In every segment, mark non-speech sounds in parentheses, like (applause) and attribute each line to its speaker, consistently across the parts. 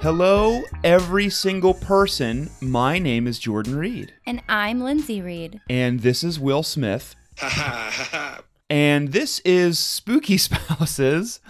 Speaker 1: Hello, every single person. My name is Jordan Reed,
Speaker 2: And I'm Lindsay Reed.
Speaker 1: and this is Will Smith. And this is Spooky (laughs) Spouses,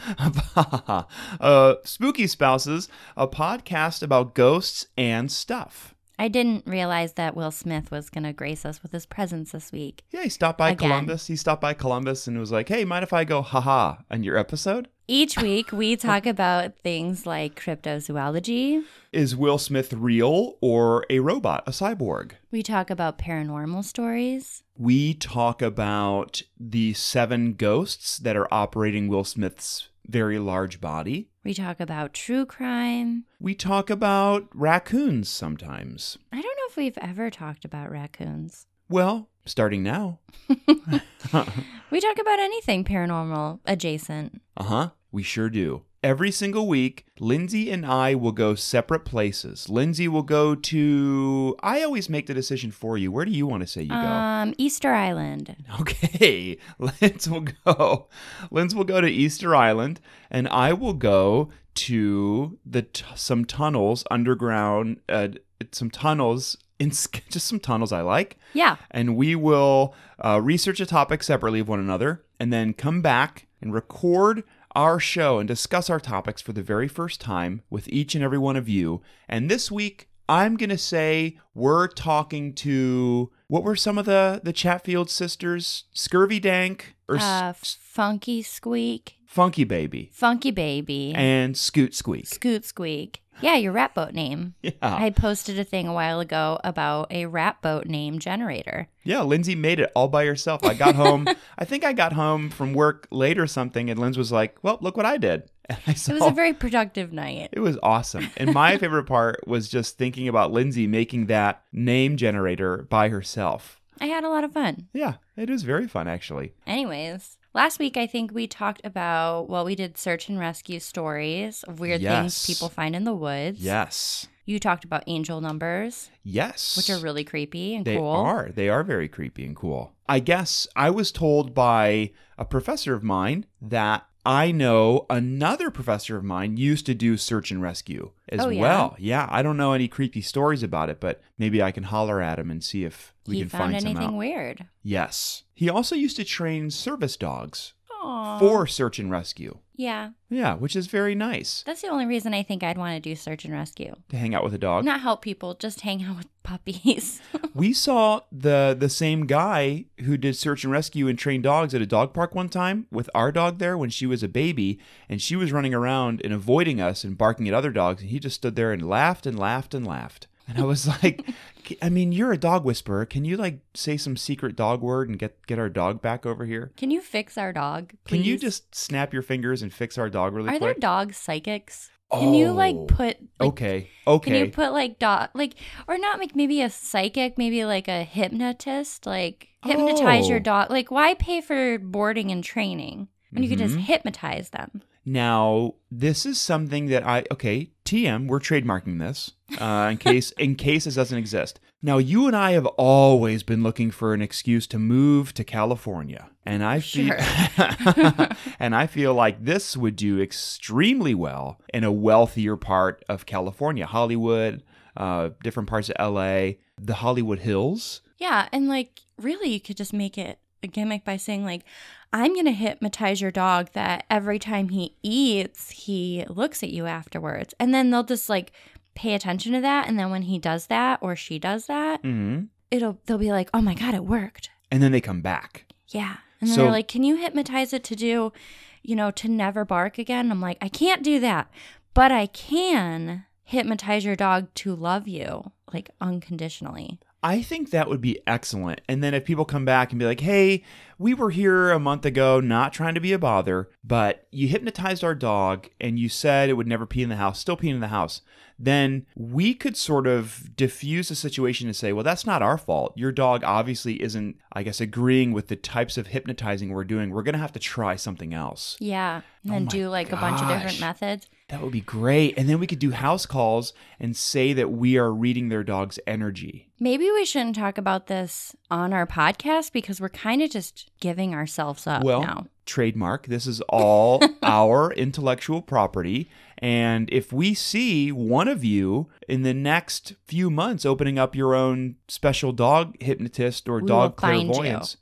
Speaker 1: (laughs) uh, Spooky Spouses, a podcast about ghosts and stuff.
Speaker 2: I didn't realize that Will Smith was going to grace us with his presence this week.
Speaker 1: Yeah, he stopped by
Speaker 2: Again.
Speaker 1: Columbus. He stopped by Columbus and was like, "Hey, mind if I go haha on your episode?"
Speaker 2: Each
Speaker 1: (laughs)
Speaker 2: week, we talk about things like cryptozoology,
Speaker 1: Is Will Smith real or a robot, a cyborg?
Speaker 2: we talk about paranormal stories,
Speaker 1: we talk about the seven ghosts that are operating Will Smith's very large body.
Speaker 2: we talk about true crime.
Speaker 1: We talk about raccoons sometimes.
Speaker 2: I don't know if we've ever talked about raccoons.
Speaker 1: Well, starting now.
Speaker 2: We talk about anything paranormal adjacent.
Speaker 1: Uh huh. We sure do. Every single week, Lindsay and I will go separate places. Lindsay will go to. I always make the decision for you. Where do you want to say you go?
Speaker 2: Um, Easter Island.
Speaker 1: (laughs) Okay, Linz will go. Linz will go to Easter Island, and I will go to the t- some tunnels underground. Uh, some tunnels in (laughs) Sk- just some tunnels I like,
Speaker 2: Yeah.
Speaker 1: and we will uh, research a topic separately of one another, and then come back and record our show and discuss our topics for the very first time with each and every one of you. And this week, I'm gonna say we're talking to what were some of the the Chatfield sisters? Scurvy Dank or S-
Speaker 2: Uh, funky Squeak,
Speaker 1: Funky Baby
Speaker 2: Funky Baby,
Speaker 1: and Scoot Squeak. (laughs)
Speaker 2: Scoot Squeak. Yeah, your rat boat name.
Speaker 1: Yeah,
Speaker 2: I posted a thing a while ago about a rat boat name generator.
Speaker 1: yeah. Lindsay made it all by herself. I got
Speaker 2: (laughs)
Speaker 1: home. I think I got home from work late or something, and Linz was like, "Well, look what I did." (laughs) And I
Speaker 2: It
Speaker 1: saw,
Speaker 2: was a very productive night.
Speaker 1: It was awesome. And
Speaker 2: (laughs)
Speaker 1: my favorite part was just thinking about Lindsay making that name generator by herself.
Speaker 2: I had a lot of fun.
Speaker 1: Yeah, it was very fun, actually.
Speaker 2: Anyways, last week I think we talked about well, we did search and rescue stories, of weird
Speaker 1: Yes.
Speaker 2: things people find in the woods.
Speaker 1: Yes.
Speaker 2: You talked about angel numbers,
Speaker 1: Yes.
Speaker 2: which are really creepy and
Speaker 1: They
Speaker 2: cool.
Speaker 1: are. They are very creepy and cool. I guess I was told by a professor of mine that I know another professor of mine used to do search and rescue as
Speaker 2: Oh, yeah?
Speaker 1: well. Yeah, I don't know any creepy stories about it, but maybe I can holler at him and see if we
Speaker 2: he
Speaker 1: can
Speaker 2: found
Speaker 1: find some
Speaker 2: anything
Speaker 1: out.
Speaker 2: weird.
Speaker 1: Yes. He also used to train service dogs
Speaker 2: Aww.
Speaker 1: for search and rescue.
Speaker 2: Yeah.
Speaker 1: Yeah, which is very nice
Speaker 2: That's the only reason I think I'd want to do search and rescue.
Speaker 1: to hang out with a dog.
Speaker 2: Not help people, just hang out with puppies. (laughs)
Speaker 1: We saw the the same guy who did search and rescue and trained dogs at a dog park one time with our dog there when she was a baby and she was running around and avoiding us and barking at other dogs and he just stood there and laughed and laughed and laughed. And I was (laughs) like, I mean, you're a dog whisperer. Can you like say some secret dog word and get get our dog back over here?
Speaker 2: Can you fix our dog?
Speaker 1: Can you
Speaker 2: please?
Speaker 1: just snap your fingers and fix our dog really
Speaker 2: Are there
Speaker 1: quick?
Speaker 2: dog psychics? Can you like
Speaker 1: Oh,
Speaker 2: put like,
Speaker 1: okay. Okay.
Speaker 2: Can you put like dog like or not like maybe a psychic, maybe like a hypnotist, like hypnotize
Speaker 1: Oh.
Speaker 2: your dog. Like why pay for boarding and training when you could just
Speaker 1: Mhm.
Speaker 2: hypnotize them?
Speaker 1: Now, this is something that I okay, TM, we're trademarking this uh, in case in case this doesn't exist. Now, you and I have always been looking for an excuse to move to California, and I feel (laughs) and I feel like this would do extremely well in a wealthier part of California, Hollywood, uh, different parts of LA, the Hollywood Hills.
Speaker 2: Yeah, and like really you could just make it a gimmick by saying like I'm going to hypnotize your dog that every time he eats, he looks at you afterwards. And then they'll just like pay attention to that and then when he does that or she does that,
Speaker 1: Mm-hmm.
Speaker 2: it'll they'll be like, "Oh my god, it worked."
Speaker 1: And then they come back.
Speaker 2: Yeah. And then
Speaker 1: So-
Speaker 2: they're like, can you hypnotize it to do, you know, to never bark again? I'm like, I can't do that, but I can hypnotize your dog to love you, like unconditionally.
Speaker 1: I think that would be excellent. And then if people come back and be like, hey, we were here a month ago, not trying to be a bother, but you hypnotized our dog and you said it would never pee in the house, still peeing in the house, then we could sort of diffuse the situation and say, well, that's not our fault. Your dog obviously isn't, I guess, agreeing with the types of hypnotizing we're doing. We're going to have to try something else.
Speaker 2: Yeah. And then
Speaker 1: Oh my
Speaker 2: do like a bunch of
Speaker 1: gosh.
Speaker 2: different methods.
Speaker 1: That would be great. And then we could do house calls and say that we are reading their dog's energy.
Speaker 2: Maybe we shouldn't talk about this on our podcast because we're kind of just giving ourselves up
Speaker 1: well,
Speaker 2: now.
Speaker 1: trademark. This is
Speaker 2: (laughs)
Speaker 1: all our intellectual property. And if we see one of you in the next few months opening up your own special dog hypnotist or
Speaker 2: We
Speaker 1: dog
Speaker 2: will find you.
Speaker 1: clairvoyance,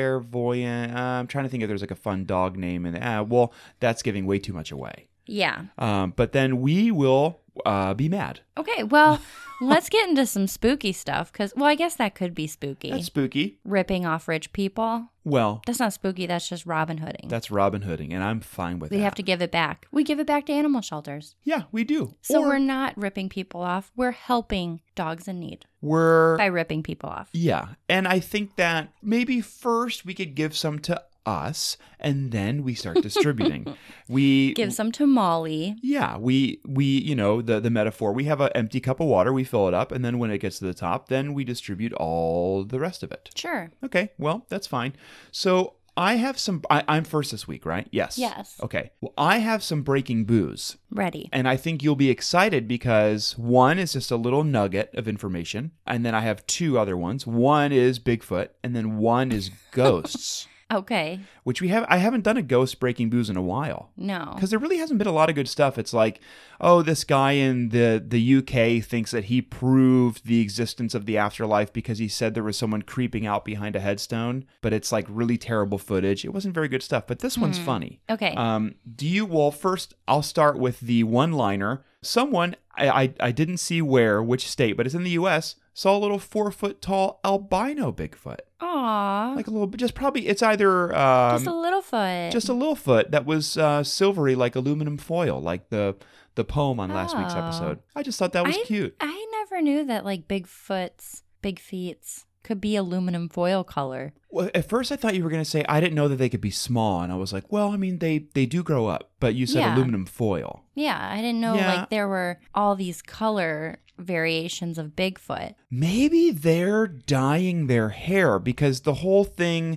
Speaker 1: clairvoyant, uh, I'm trying to think if there's like a fun dog name. And uh, well, that's giving way too much away.
Speaker 2: Yeah.
Speaker 1: Um, but then we will uh, be mad.
Speaker 2: Okay. Well, (laughs) let's get into some spooky stuff because, well, I guess that could be spooky.
Speaker 1: That's spooky.
Speaker 2: Ripping off rich people.
Speaker 1: Well,
Speaker 2: That's not spooky. That's just Robin Hooding.
Speaker 1: that's Robin Hooding, and I'm fine with
Speaker 2: we
Speaker 1: that.
Speaker 2: have to give it back. We give it back to animal shelters.
Speaker 1: yeah, we do.
Speaker 2: So
Speaker 1: Or
Speaker 2: we're not ripping people off. We're helping dogs in need
Speaker 1: we're
Speaker 2: by ripping people off.
Speaker 1: Yeah. And I think that maybe first we could give some to us and then we start distributing. we
Speaker 2: Give some to Molly.
Speaker 1: yeah, we we you know the the metaphor. We have an empty cup of water, we fill it up, and then when it gets to the top, then we distribute all the rest of it.
Speaker 2: Sure.
Speaker 1: Okay, well that's fine. So I have some. I, I'm first this week, right? Yes.
Speaker 2: Yes.
Speaker 1: Okay. Well, I have some breaking booze.
Speaker 2: Ready.
Speaker 1: And I think you'll be excited because one is just a little nugget of information. And then I have two other ones. One is Bigfoot, and then one is ghosts,
Speaker 2: Okay.
Speaker 1: which we have. I haven't done a ghost breaking booze in a while
Speaker 2: No.
Speaker 1: because there really hasn't been a lot of good stuff. It's like, oh, this guy in the the UK thinks that he proved the existence of the afterlife because he said there was someone creeping out behind a headstone. But it's like really terrible footage. It wasn't very good stuff. But this one's funny.
Speaker 2: Okay.
Speaker 1: Um, do you? Well, first I'll start with the one-liner. Someone I, I I didn't see where which state, but it's in the U.S. Saw a little four-foot-tall albino Bigfoot,
Speaker 2: Aw.
Speaker 1: like a little, just probably it's either um,
Speaker 2: Oh. just a little foot.
Speaker 1: just a little foot that was uh, silvery like aluminum foil, like the the poem on last week's
Speaker 2: Oh.
Speaker 1: episode. I just thought that was
Speaker 2: I-
Speaker 1: cute.
Speaker 2: I never knew that like Bigfoots, big feets could be aluminum foil color.
Speaker 1: Well, at first, I thought you were going to say I didn't know that they could be small, and I was like, well, I mean, they they do grow up, but you said
Speaker 2: Yeah.
Speaker 1: aluminum foil.
Speaker 2: Yeah, I didn't know
Speaker 1: Yeah.
Speaker 2: like there were all these color variations of Bigfoot.
Speaker 1: Maybe they're dyeing their hair because the whole thing,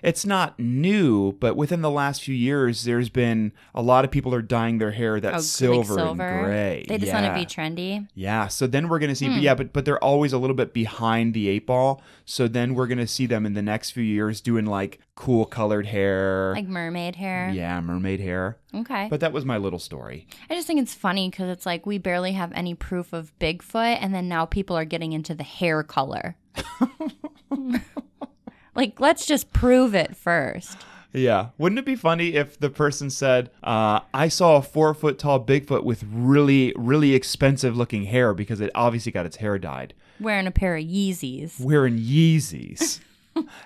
Speaker 1: it's not new, but within the last few years, there's been a lot of people are dyeing their hair that
Speaker 2: Oh,
Speaker 1: silver, and gray.
Speaker 2: They just
Speaker 1: yeah.
Speaker 2: want to be Hmm. trendy.
Speaker 1: Yeah, so then we're gonna see, but yeah, but but they're always a little bit behind the eight ball. So then we're gonna see them in the next few years doing like cool colored hair,
Speaker 2: Like mermaid hair.
Speaker 1: yeah, mermaid hair.
Speaker 2: Okay.
Speaker 1: But that was my little story.
Speaker 2: I just think it's funny because it's like we barely have any proof of Bigfoot, and then now people are getting into the hair
Speaker 1: (laughs)
Speaker 2: color. like, let's just prove it first.
Speaker 1: Yeah, wouldn't it be funny if the person said, uh, "I saw a four foot tall Bigfoot with really really expensive looking hair because it obviously got its hair dyed,
Speaker 2: Wearing a pair of Yeezys.
Speaker 1: wearing
Speaker 2: (laughs)
Speaker 1: Yeezys."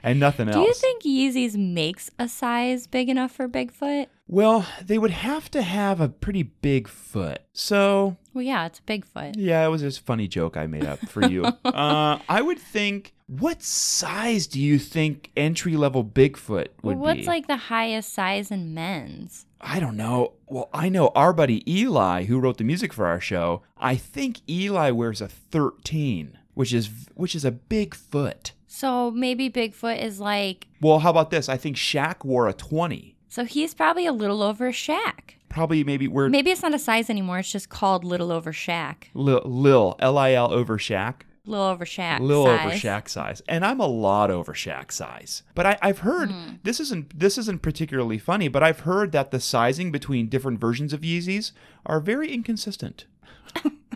Speaker 1: And nothing else.
Speaker 2: Do you think Yeezys makes a size big enough for Bigfoot?
Speaker 1: well, they would have to have a pretty big foot. So
Speaker 2: Well, yeah, it's a Bigfoot.
Speaker 1: Yeah, it was just a funny joke I made up for
Speaker 2: (laughs)
Speaker 1: you. uh, I would think, what size do you think entry level Bigfoot would
Speaker 2: Well, what's
Speaker 1: be?
Speaker 2: like the highest size in men's?
Speaker 1: I don't know. Well, I know our buddy Eli, who wrote the music for our show. I think Eli wears a thirteen, which is which is a big foot.
Speaker 2: So maybe Bigfoot is like,
Speaker 1: Well, how about this? I think Shaq wore a twenty.
Speaker 2: so he's probably a little over Shaq.
Speaker 1: Probably maybe we're
Speaker 2: Maybe it's not a size anymore. It's just called little over Shaq.
Speaker 1: Lil Lil L I L over Shaq.
Speaker 2: Little over Shaq.
Speaker 1: little
Speaker 2: size.
Speaker 1: over shack size, and I'm a lot over shack size. But I, I've heard
Speaker 2: Hmm.
Speaker 1: this isn't this isn't particularly funny, but I've heard that the sizing between different versions of Yeezys are very inconsistent.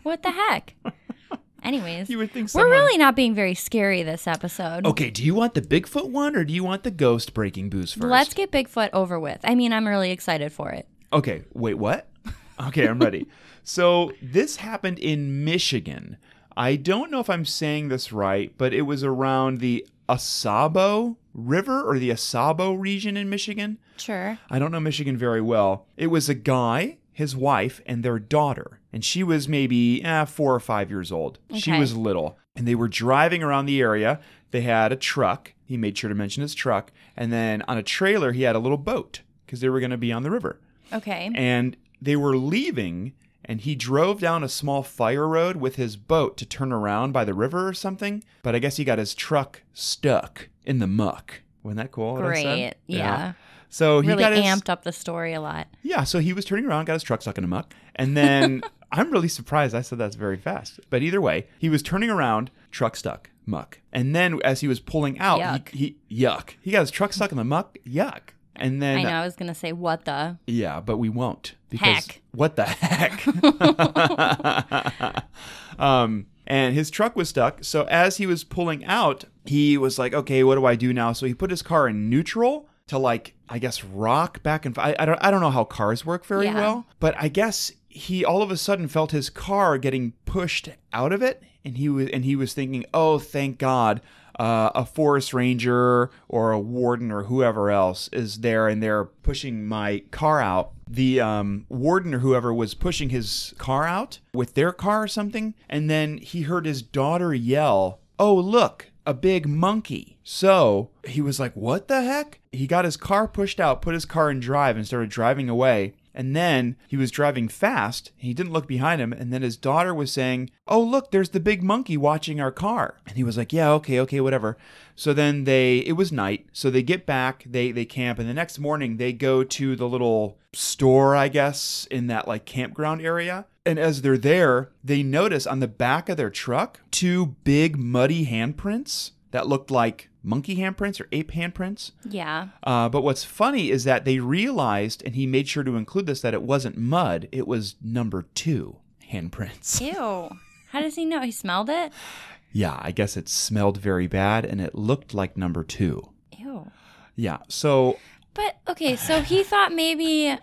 Speaker 2: What the (laughs) heck? Anyways,
Speaker 1: You would think
Speaker 2: we're
Speaker 1: someone-
Speaker 2: really not being very scary this episode.
Speaker 1: Okay, do you want the Bigfoot one or do you want the ghost breaking booze 1st
Speaker 2: Let's get Bigfoot over with. I mean, I'm really excited for it.
Speaker 1: Okay, wait, what? (laughs) Okay, I'm ready. so this happened in Michigan. I don't know if I'm saying this right, but it was around the Asabo River or the Asabo region in Michigan.
Speaker 2: Sure.
Speaker 1: I don't know Michigan very well. It was a guy, his wife, and their daughter. And she was maybe eh, four or five years old. She
Speaker 2: Okay.
Speaker 1: was little. And they were driving around the area. They had a truck. He made sure to mention his truck. And then on a trailer, he had a little boat because they were going to be on the river.
Speaker 2: Okay.
Speaker 1: And they were leaving. And he drove down a small fire road with his boat to turn around by the river or something. But I guess he got his truck stuck in the muck. Wasn't that cool? what I
Speaker 2: Great.
Speaker 1: said?
Speaker 2: Yeah.
Speaker 1: So he
Speaker 2: Really
Speaker 1: got his,
Speaker 2: amped up the story a lot.
Speaker 1: yeah, so he was turning around, got his truck stuck in a muck, and
Speaker 2: (laughs)
Speaker 1: then I'm really surprised I said that's very fast. But either way, he was turning around, truck stuck, muck. And then as he was pulling out,
Speaker 2: Yuck.
Speaker 1: He, he yuck. He got his truck stuck in the muck, yuck. And then
Speaker 2: I know I was gonna say what the
Speaker 1: yeah, but we won't because
Speaker 2: Heck.
Speaker 1: what the
Speaker 2: (laughs)
Speaker 1: heck? (laughs) um, and his truck was stuck. So as he was pulling out, he was like, "Okay, what do I do now?" So he put his car in neutral to like, I guess, rock back and forth. I, I don't, I don't know how cars work very
Speaker 2: Yeah.
Speaker 1: well, but I guess he all of a sudden felt his car getting pushed out of it, and he was, and he was thinking, "Oh, thank God." Uh, a forest ranger or a warden or whoever else is there and they're pushing my car out. The um, warden or whoever was pushing his car out with their car or something. And then he heard his daughter yell, Oh, look, a big monkey. So he was like, What the heck? He got his car pushed out, put his car in drive, and started driving away. And then he was driving fast. He didn't look behind him. And then his daughter was saying, Oh, look, there's the big monkey watching our car. And he was like, Yeah, okay, okay, whatever. So then they, it was night. So they get back, they, they camp. And the next morning, they go to the little store, I guess, in that like campground area. And as they're there, they notice on the back of their truck two big muddy handprints that looked like monkey handprints or ape handprints.
Speaker 2: yeah
Speaker 1: Uh, but what's funny is that they realized, and he made sure to include this, that it wasn't mud, it was number two handprints.
Speaker 2: ew. How does he know? He smelled it.
Speaker 1: Yeah, I guess it smelled very bad and it looked like number two.
Speaker 2: Ew.
Speaker 1: Yeah, so
Speaker 2: But okay, so he thought maybe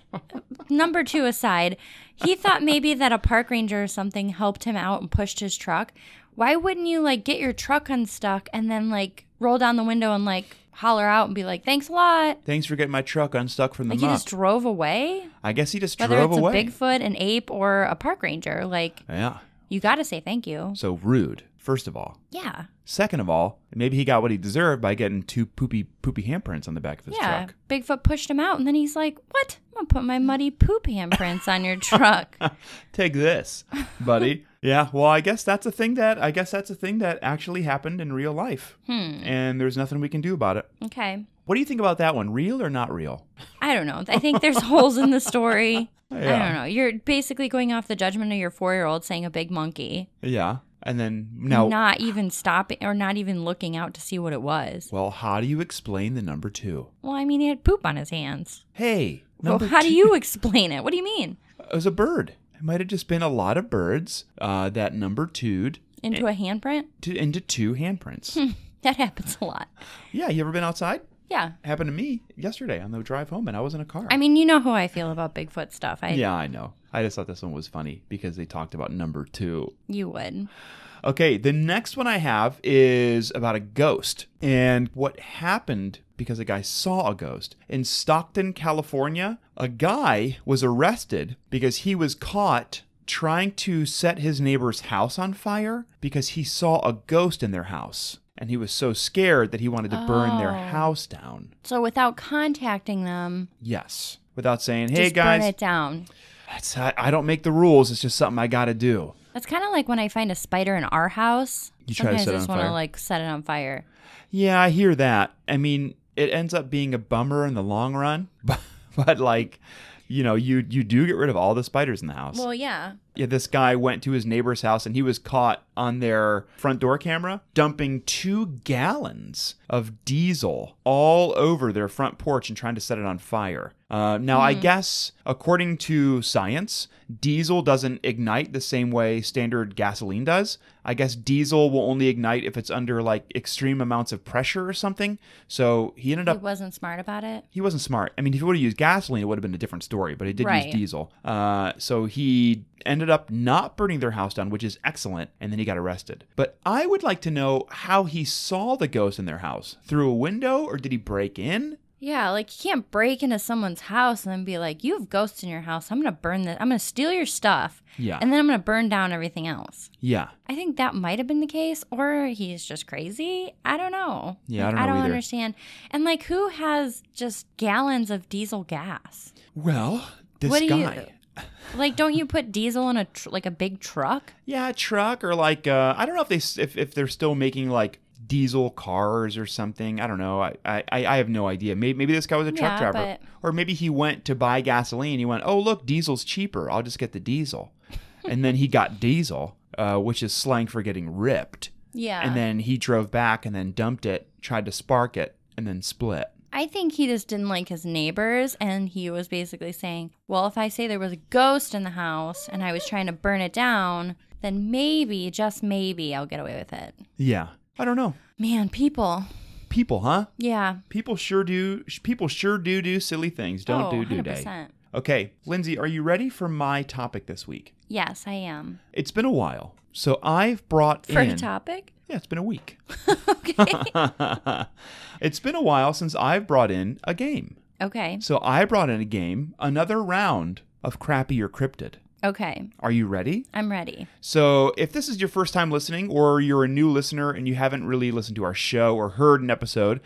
Speaker 2: number two aside, he thought maybe that a park ranger or something helped him out and pushed his truck. Why wouldn't you like get your truck unstuck and then like roll down the window and like holler out and be like, "Thanks a lot."
Speaker 1: thanks for getting my truck unstuck from the
Speaker 2: Like you
Speaker 1: mud.
Speaker 2: just drove away,
Speaker 1: I guess he just
Speaker 2: whether
Speaker 1: drove
Speaker 2: it's
Speaker 1: away.
Speaker 2: a Bigfoot, an ape, or a park ranger. Like
Speaker 1: yeah,
Speaker 2: you got to say thank you.
Speaker 1: so rude, first of all.
Speaker 2: Yeah,
Speaker 1: Second of all, maybe he got what he deserved by getting two poopy poopy handprints on the back of his
Speaker 2: yeah.
Speaker 1: truck.
Speaker 2: Bigfoot pushed him out, and then he's like, "What? I'm gonna put my muddy poop handprints on
Speaker 1: (laughs)
Speaker 2: your truck."
Speaker 1: Take
Speaker 2: (laughs)
Speaker 1: this, buddy. yeah, well, I guess that's a thing that I guess that's a thing that actually happened in real life.
Speaker 2: Hmm.
Speaker 1: And there's nothing we can do about it.
Speaker 2: Okay.
Speaker 1: What do you think about that one? Real or not real?
Speaker 2: I don't know. I think there's holes in
Speaker 1: (laughs)
Speaker 2: the story. I
Speaker 1: Yeah.
Speaker 2: don't know. You're basically going off the judgment of your four year old saying a big monkey,
Speaker 1: Yeah. And then now,
Speaker 2: not even stopping or not even looking out to see what it was.
Speaker 1: well, how do you explain the number 2?
Speaker 2: Well, I mean, he had poop on his hands.
Speaker 1: Hey,
Speaker 2: Well,
Speaker 1: number
Speaker 2: how
Speaker 1: two (laughs)
Speaker 2: do you explain it? What do you mean?
Speaker 1: it was a bird. It might have just been a lot of birds uh, that number 2'd
Speaker 2: Into a handprint?
Speaker 1: to, into two handprints.
Speaker 2: That happens a lot.
Speaker 1: yeah, you ever been outside?
Speaker 2: Yeah.
Speaker 1: Happened to me yesterday on the drive home and I was in a car.
Speaker 2: I mean, you know how I feel about Bigfoot stuff. I
Speaker 1: yeah, I know. I just thought this one was funny because they talked about number 2.
Speaker 2: you would.
Speaker 1: Okay, the next one I have is about a ghost and what happened because a guy saw a ghost. In Stockton, California, a guy was arrested because he was caught trying to set his neighbor's house on fire because he saw a ghost in their house. And he was so scared that he wanted to burn their
Speaker 2: Oh.
Speaker 1: house down.
Speaker 2: So without contacting them,
Speaker 1: Yes. Without saying, hey
Speaker 2: just burn
Speaker 1: guys,
Speaker 2: it down.
Speaker 1: that's, I, I don't make the rules. It's just something I got to do.
Speaker 2: That's kind of like when I find a spider in our house.
Speaker 1: You try to
Speaker 2: Sometimes
Speaker 1: set it
Speaker 2: I just
Speaker 1: on
Speaker 2: want
Speaker 1: fire.
Speaker 2: to like set it on fire.
Speaker 1: Yeah, I hear that. I mean, it ends up being a bummer in the long run, (laughs) but, but like, you know, you you do get rid of all the spiders in the house.
Speaker 2: Well, yeah.
Speaker 1: yeah, this guy went to his neighbor's house and he was caught on their front door camera dumping 2 gallons of diesel all over their front porch and trying to set it on fire. Uh, now, I guess according to science, diesel doesn't ignite the same way standard gasoline does. I guess diesel will only ignite if it's under like extreme amounts of pressure or something. So he ended
Speaker 2: He
Speaker 1: up
Speaker 2: wasn't smart about it.
Speaker 1: he wasn't smart. I mean, if he would have used gasoline, it would have been a different story, but he did
Speaker 2: Right.
Speaker 1: use diesel. Uh, so he ended up not burning their house down, which is excellent, and then he got arrested. But I would like to know how he saw the ghost in their house through a window, or did he break in?
Speaker 2: Yeah, like you can't break into someone's house and then be like, "You have ghosts in your house. I'm gonna burn this. I'm gonna steal your stuff,
Speaker 1: Yeah.
Speaker 2: and then I'm gonna burn down everything else."
Speaker 1: yeah.
Speaker 2: I think that might have been the case, or he's just crazy. I don't know.
Speaker 1: Yeah, I
Speaker 2: Like,
Speaker 1: don't know either.
Speaker 2: understand. And like, who has just gallons of diesel gas?
Speaker 1: Well, this
Speaker 2: What do you-
Speaker 1: guy.
Speaker 2: Like, don't you put diesel in a tr- like a big truck?
Speaker 1: Yeah, a truck or like uh, I don't know if they s- if, if they're still making like diesel cars or something. I don't know. I I, I have no idea. Maybe maybe this guy was a truck
Speaker 2: Yeah,
Speaker 1: driver,
Speaker 2: but-
Speaker 1: or maybe he went to buy gasoline. He went, oh look, diesel's cheaper. I'll just get the
Speaker 2: (laughs)
Speaker 1: diesel, and then he got diesel, uh, which is slang for getting ripped.
Speaker 2: Yeah.
Speaker 1: And then he drove back and then dumped it, tried to spark it, and then split.
Speaker 2: I think he just didn't like his neighbors, and he was basically saying, "Well, if I say there was a ghost in the house and I was trying to burn it down, then maybe, just maybe, I'll get away with it."
Speaker 1: Yeah. I don't know.
Speaker 2: Man, people,
Speaker 1: People, huh?
Speaker 2: yeah,
Speaker 1: People sure do. sh- People sure do do silly things. Don't
Speaker 2: Oh,
Speaker 1: do do day.
Speaker 2: 100%.
Speaker 1: Okay, Lindsay, are you ready for my topic this week?
Speaker 2: Yes, I am.
Speaker 1: It's been a while, so I've brought
Speaker 2: For
Speaker 1: in.
Speaker 2: a topic,
Speaker 1: Yeah, it's been a week.
Speaker 2: (laughs)
Speaker 1: (laughs)
Speaker 2: okay,
Speaker 1: it's been a while since I've brought in a game.
Speaker 2: okay,
Speaker 1: So I brought in a game, another round of Crappy or Cryptid.
Speaker 2: okay.
Speaker 1: Are you ready?
Speaker 2: I'm ready.
Speaker 1: So, if this is your first time listening, or you're a new listener and you haven't really listened to our show or heard an episode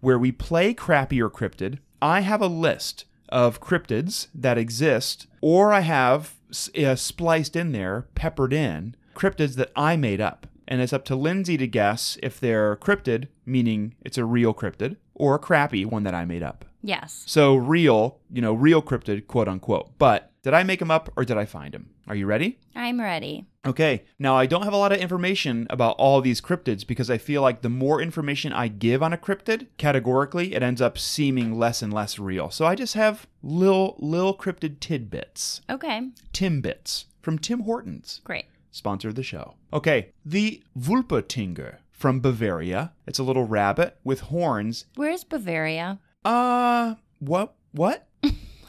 Speaker 1: where we play Crappy or Cryptid, I have a list of cryptids that exist, or I have s- uh, spliced in there, peppered in, cryptids that I made up. And it's up to Lindsay to guess if they're cryptid, meaning it's a real cryptid, or a crappy one that I made up.
Speaker 2: Yes,
Speaker 1: So, real, you know, real cryptid, quote unquote. But did I make them up or did I find them? Are you ready?
Speaker 2: I'm ready.
Speaker 1: Okay, now I don't have a lot of information about all these cryptids because I feel like the more information I give on a cryptid, categorically, it ends up seeming less and less real. So I just have little little cryptid tidbits,
Speaker 2: Okay,
Speaker 1: Timbits from Tim Hortons,
Speaker 2: great.
Speaker 1: sponsor of the show. Okay, the Vulpetinger from Bavaria. It's a little rabbit with horns. (laughs)
Speaker 2: Where's Bavaria?
Speaker 1: Uh, what what?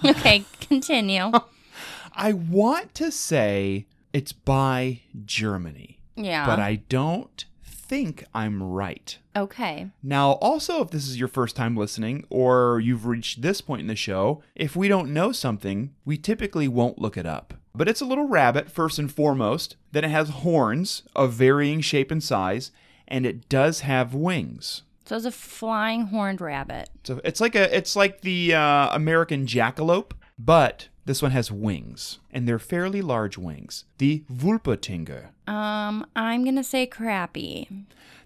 Speaker 2: Okay,
Speaker 1: (laughs)
Speaker 2: continue.
Speaker 1: I want to say it's by Germany,
Speaker 2: Yeah.
Speaker 1: but I don't think I'm right.
Speaker 2: okay.
Speaker 1: Now, also, if this is your first time listening or you've reached this point in the show, if we don't know something, we typically won't look it up. But it's a little rabbit, first and foremost. Then it has horns of varying shape and size, and it does have wings.
Speaker 2: So it's a flying horned rabbit.
Speaker 1: So it's like a it's like the uh, American jackalope, but this one has wings, and they're fairly large wings. The Vulpetinger.
Speaker 2: Um, I'm gonna say crappy.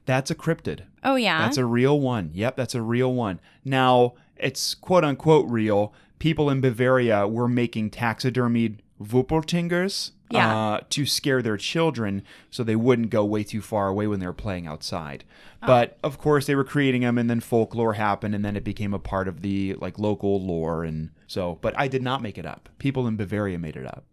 Speaker 1: That's a cryptid.
Speaker 2: Oh yeah.
Speaker 1: That's a real one. Yep, that's a real one. Now, it's quote unquote real. People in Bavaria were making taxidermied Wuppeltingers
Speaker 2: Yeah.
Speaker 1: uh, to scare their children so they wouldn't go way too far away when they were playing outside. But of course, they were creating them, and then folklore happened, and then it became a part of the like local lore. And so, but I did not make it up. People in Bavaria made it up.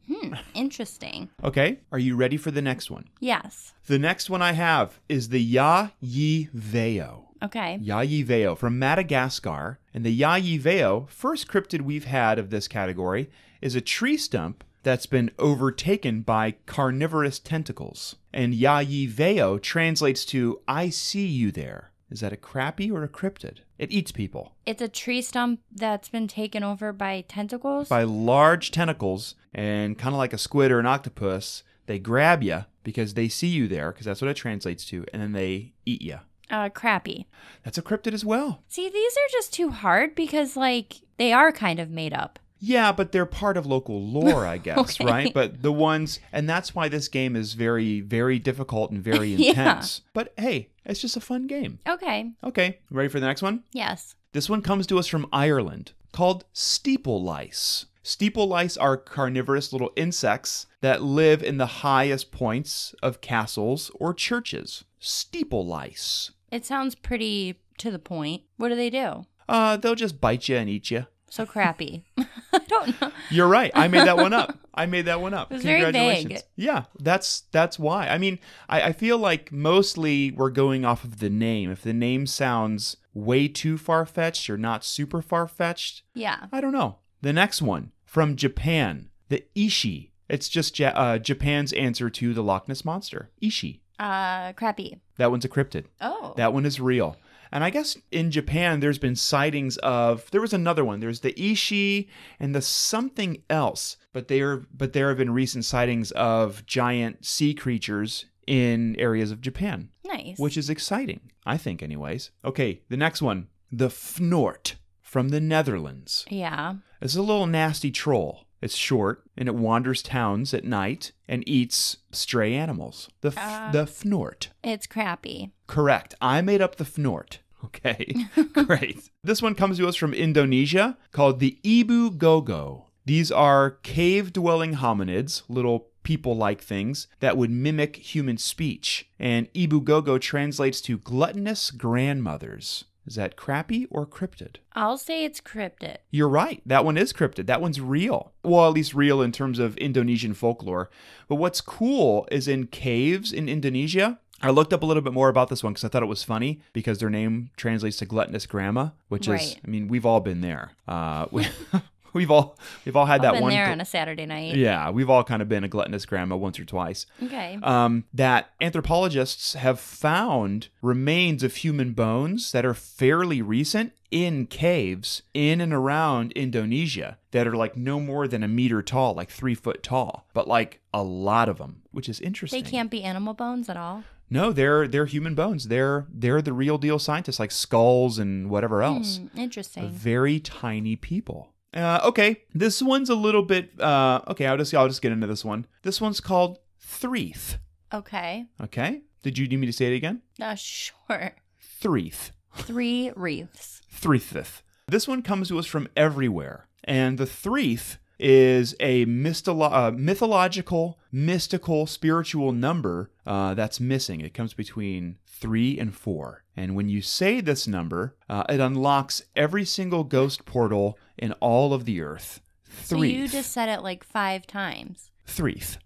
Speaker 2: Interesting.
Speaker 1: Okay, are you ready for the next one?
Speaker 2: Yes.
Speaker 1: The next one I have is the Ya Yi Veo.
Speaker 2: Okay.
Speaker 1: Yayi Veo from Madagascar. And the Yayi Veo, first cryptid we've had of this category, is a tree stump that's been overtaken by carnivorous tentacles. And Yayi Veo translates to I see you there. Is that a crappy or a cryptid? It eats people.
Speaker 2: It's a tree stump that's been taken over by tentacles.
Speaker 1: By large tentacles, and kind of like a squid or an octopus, they grab you because they see you there, because that's what it translates to, and then they eat you.
Speaker 2: uh, crappy.
Speaker 1: That's a cryptid as well.
Speaker 2: See, these are just too hard because like they are kind of made up.
Speaker 1: Yeah, but they're part of local lore,
Speaker 2: (laughs)
Speaker 1: I guess,
Speaker 2: Okay.
Speaker 1: right? But the ones, and that's why this game is very, very difficult and very
Speaker 2: (laughs) Yeah.
Speaker 1: intense. But hey, it's just a fun game.
Speaker 2: Okay.
Speaker 1: Okay, ready for the next one?
Speaker 2: Yes.
Speaker 1: This one comes to us from Ireland called steeple lice. Steeple lice are carnivorous little insects that live in the highest points of castles or churches. Steeple lice.
Speaker 2: It sounds pretty to the point. What do they do?
Speaker 1: Uh, they'll just bite you and eat you. (laughs)
Speaker 2: So crappy. (laughs) I don't know.
Speaker 1: You're right. I made that one up. I made that one up.
Speaker 2: It was very
Speaker 1: Congratulations.
Speaker 2: vague.
Speaker 1: Yeah, that's that's why. I mean, I, I feel like mostly we're going off of the name. If the name sounds way too far fetched or not super far fetched,
Speaker 2: Yeah.
Speaker 1: I don't know. The next one from Japan, the Ishi. It's just ja- uh, Japan's answer to the Loch Ness monster, Ishi.
Speaker 2: Uh, crappy.
Speaker 1: That one's a cryptid.
Speaker 2: Oh.
Speaker 1: That one is real. And I guess in Japan, there's been sightings of there was another one. There's the Ishi and the something else, but there but there have been recent sightings of giant sea creatures in areas of Japan,
Speaker 2: nice.
Speaker 1: which is exciting, I think, anyways. Okay, the next one, the Fnort from the Netherlands.
Speaker 2: Yeah.
Speaker 1: It's a little nasty troll. It's short and it wanders towns at night and eats stray animals. The f-
Speaker 2: Ah.
Speaker 1: the Fnort.
Speaker 2: It's crappy.
Speaker 1: Correct. I made up the fnort. Okay, great. This one comes to us from Indonesia called the Ibu Gogo. These are cave dwelling hominids, little people like things that would mimic human speech. And Ibu Gogo translates to gluttonous grandmothers. Is that crappy or cryptid?
Speaker 2: I'll say it's cryptid.
Speaker 1: You're right. That one is cryptid. That one's real. Well, at least real in terms of Indonesian folklore. But what's cool is in caves in Indonesia, I looked up a little bit more about this one because I thought it was funny because their name translates to gluttonous grandma, which is,
Speaker 2: Right.
Speaker 1: I mean, we've all been there. Uh, we, (laughs) we've all we've all had that
Speaker 2: I've been
Speaker 1: one.
Speaker 2: there
Speaker 1: gl-
Speaker 2: on a Saturday night.
Speaker 1: yeah, we've all kind of been a gluttonous grandma once or twice
Speaker 2: Okay.
Speaker 1: um, that anthropologists have found remains of human bones that are fairly recent in caves in and around Indonesia that are like no more than a meter tall, like three foot tall, but like a lot of them, which is
Speaker 2: they
Speaker 1: interesting.
Speaker 2: can't be animal bones at all.
Speaker 1: No, they're they're human bones. They're they're the real deal scientists, like skulls and whatever else.
Speaker 2: Hmm, interesting.
Speaker 1: Very tiny people. Uh, okay, this one's a little bit. Uh, okay, I'll just I'll just get into this one. This one's called Threeth.
Speaker 2: Okay.
Speaker 1: Okay. Did you need me to say it again?
Speaker 2: Uh, (laughs) sure.
Speaker 1: Threeth.
Speaker 2: Three wreaths.
Speaker 1: Threetheth. This one comes to us from everywhere. And the Threeth is a mystolo- uh, mythological, mystical, spiritual number uh, that's missing. It comes between three and four. And when you say this number, uh, it unlocks every single ghost portal in all of the earth.
Speaker 2: So you
Speaker 1: Threeth.
Speaker 2: just said it like five times. (laughs)
Speaker 1: Threeth.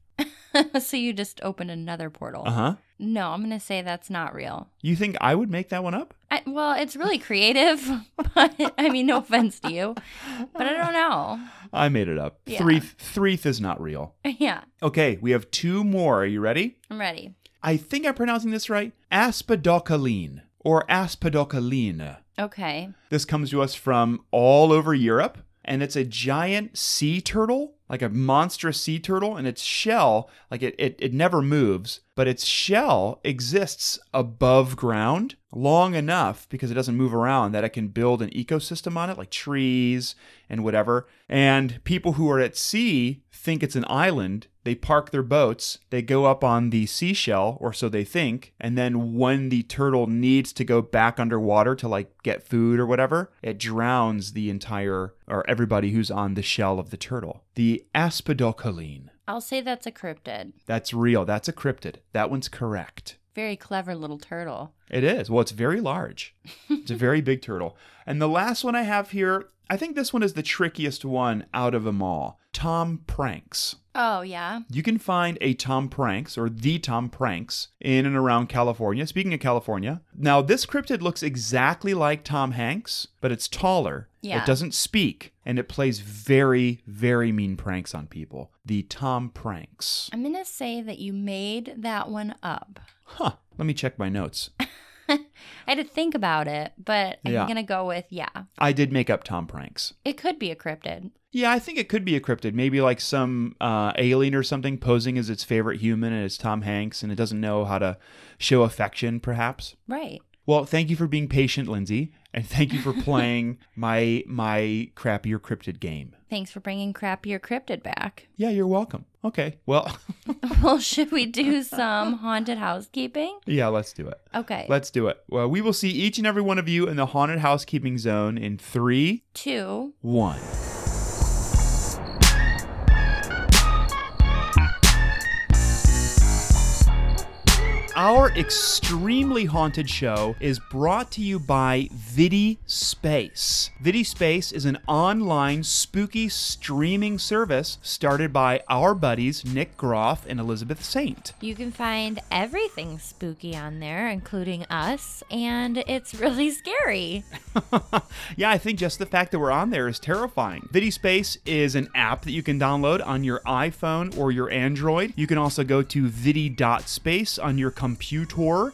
Speaker 2: so you just opened another portal.
Speaker 1: Uh huh.
Speaker 2: No, I'm going to say that's not real.
Speaker 1: You think I would make that one up?
Speaker 2: I, well, it's really creative, (laughs) but I mean, no offense to you, but I
Speaker 1: (laughs)
Speaker 2: don't know.
Speaker 1: I made it up.
Speaker 2: Yeah.
Speaker 1: Threeth. Threeth is not real.
Speaker 2: Yeah,
Speaker 1: Okay, we have two more. Are you ready?
Speaker 2: I'm ready.
Speaker 1: I think I'm pronouncing this right. Aspidocaline or Aspidocaline.
Speaker 2: Okay.
Speaker 1: This comes to us from all over Europe, and it's a giant sea turtle, like a monstrous sea turtle, and its shell, like it, it, it never moves, but its shell exists above ground long enough because it doesn't move around that it can build an ecosystem on it, like trees and whatever. And people who are at sea think it's an island. They park their boats, they go up on the seashell, or so they think, and then when the turtle needs to go back underwater to like get food or whatever, it drowns the entire or everybody who's on the shell of the turtle. The aspidocaline.
Speaker 2: I'll say that's a cryptid.
Speaker 1: That's real. That's a cryptid. That one's correct.
Speaker 2: Very clever little turtle.
Speaker 1: It is. Well, it's very large. It's a very big turtle. And the last one I have here, I think this one is the trickiest one out of them all. Tom Pranks.
Speaker 2: Oh, yeah.
Speaker 1: You can find a Tom Pranks or the Tom Pranks in and around California. Speaking of California, now this cryptid looks exactly like Tom Hanks, but it's taller.
Speaker 2: Yeah.
Speaker 1: It doesn't speak and it plays very, very mean pranks on people. The Tom Pranks.
Speaker 2: I'm going to say that you made that one up.
Speaker 1: Huh. Let me check my notes.
Speaker 2: I had to think about it, but
Speaker 1: Yeah.
Speaker 2: I'm going to go with yeah.
Speaker 1: I did make up Tom Pranks.
Speaker 2: It could be a cryptid.
Speaker 1: Yeah, I think it could be a cryptid. Maybe like some uh, alien or something posing as its favorite human and it's Tom Hanks and it doesn't know how to show affection, perhaps.
Speaker 2: Right.
Speaker 1: Well, thank you for being patient, Lindsay, and thank you for playing my my crappier cryptid game.
Speaker 2: Thanks for bringing crappier
Speaker 3: (laughs)
Speaker 2: cryptid back.
Speaker 1: Yeah, you're welcome. Okay. Well, (laughs)
Speaker 2: Well, should we do (laughs) some haunted housekeeping?
Speaker 1: yeah, let's do it.
Speaker 2: Okay.
Speaker 1: Let's do it. Well, we will see each and every one of you in the haunted housekeeping zone in three,
Speaker 2: Two.
Speaker 1: one. Our extremely haunted show is brought to you by Vidi Space. Vidi Space is an online spooky streaming service started by our buddies Nick Groff and Elizabeth Saint.
Speaker 3: You can find everything spooky on there, including us, and it's really scary.
Speaker 1: (laughs) yeah, I think just the fact that we're on there is terrifying. VidiSpace is an app that you can download on your iPhone or your Android. You can also go to vidi.space on your computer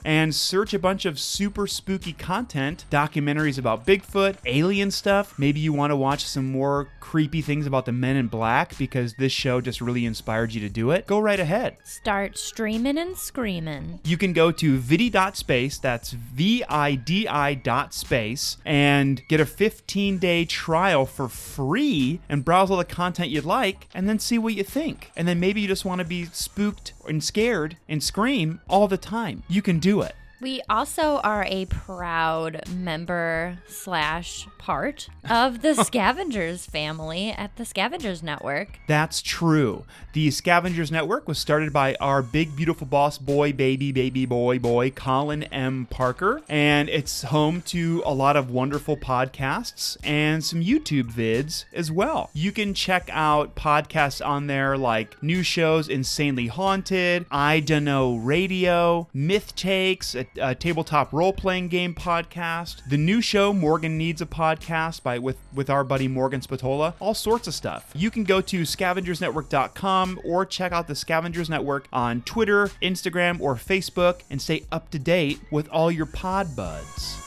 Speaker 1: and search a bunch of super spooky content, documentaries about Bigfoot, alien stuff. Maybe you want to watch some more creepy things about the men in black because this show just really inspired you to do it. Go right ahead.
Speaker 3: Start streaming and screaming.
Speaker 1: You can go to vidi.space, that's V I D I dot space, and get a 15 day trial for free and browse all the content you'd like and then see what you think. And then maybe you just want to be spooked and scared and scream all the time. You can do it.
Speaker 3: We also are a proud member slash part of the Scavengers family at the Scavengers Network.
Speaker 1: That's true. The Scavengers Network was started by our big, beautiful boss boy, baby, baby boy, boy, Colin M. Parker. And it's home to a lot of wonderful podcasts and some YouTube vids as well. You can check out podcasts on there like new shows Insanely Haunted, I Dunno Radio, Myth Takes, a, a tabletop role playing game podcast, the new show Morgan Needs a Podcast by with, with our buddy Morgan Spatola, all sorts of stuff. You can go to scavengersnetwork.com or check out the Scavengers Network on Twitter, Instagram, or Facebook and stay up to date with all your pod buds.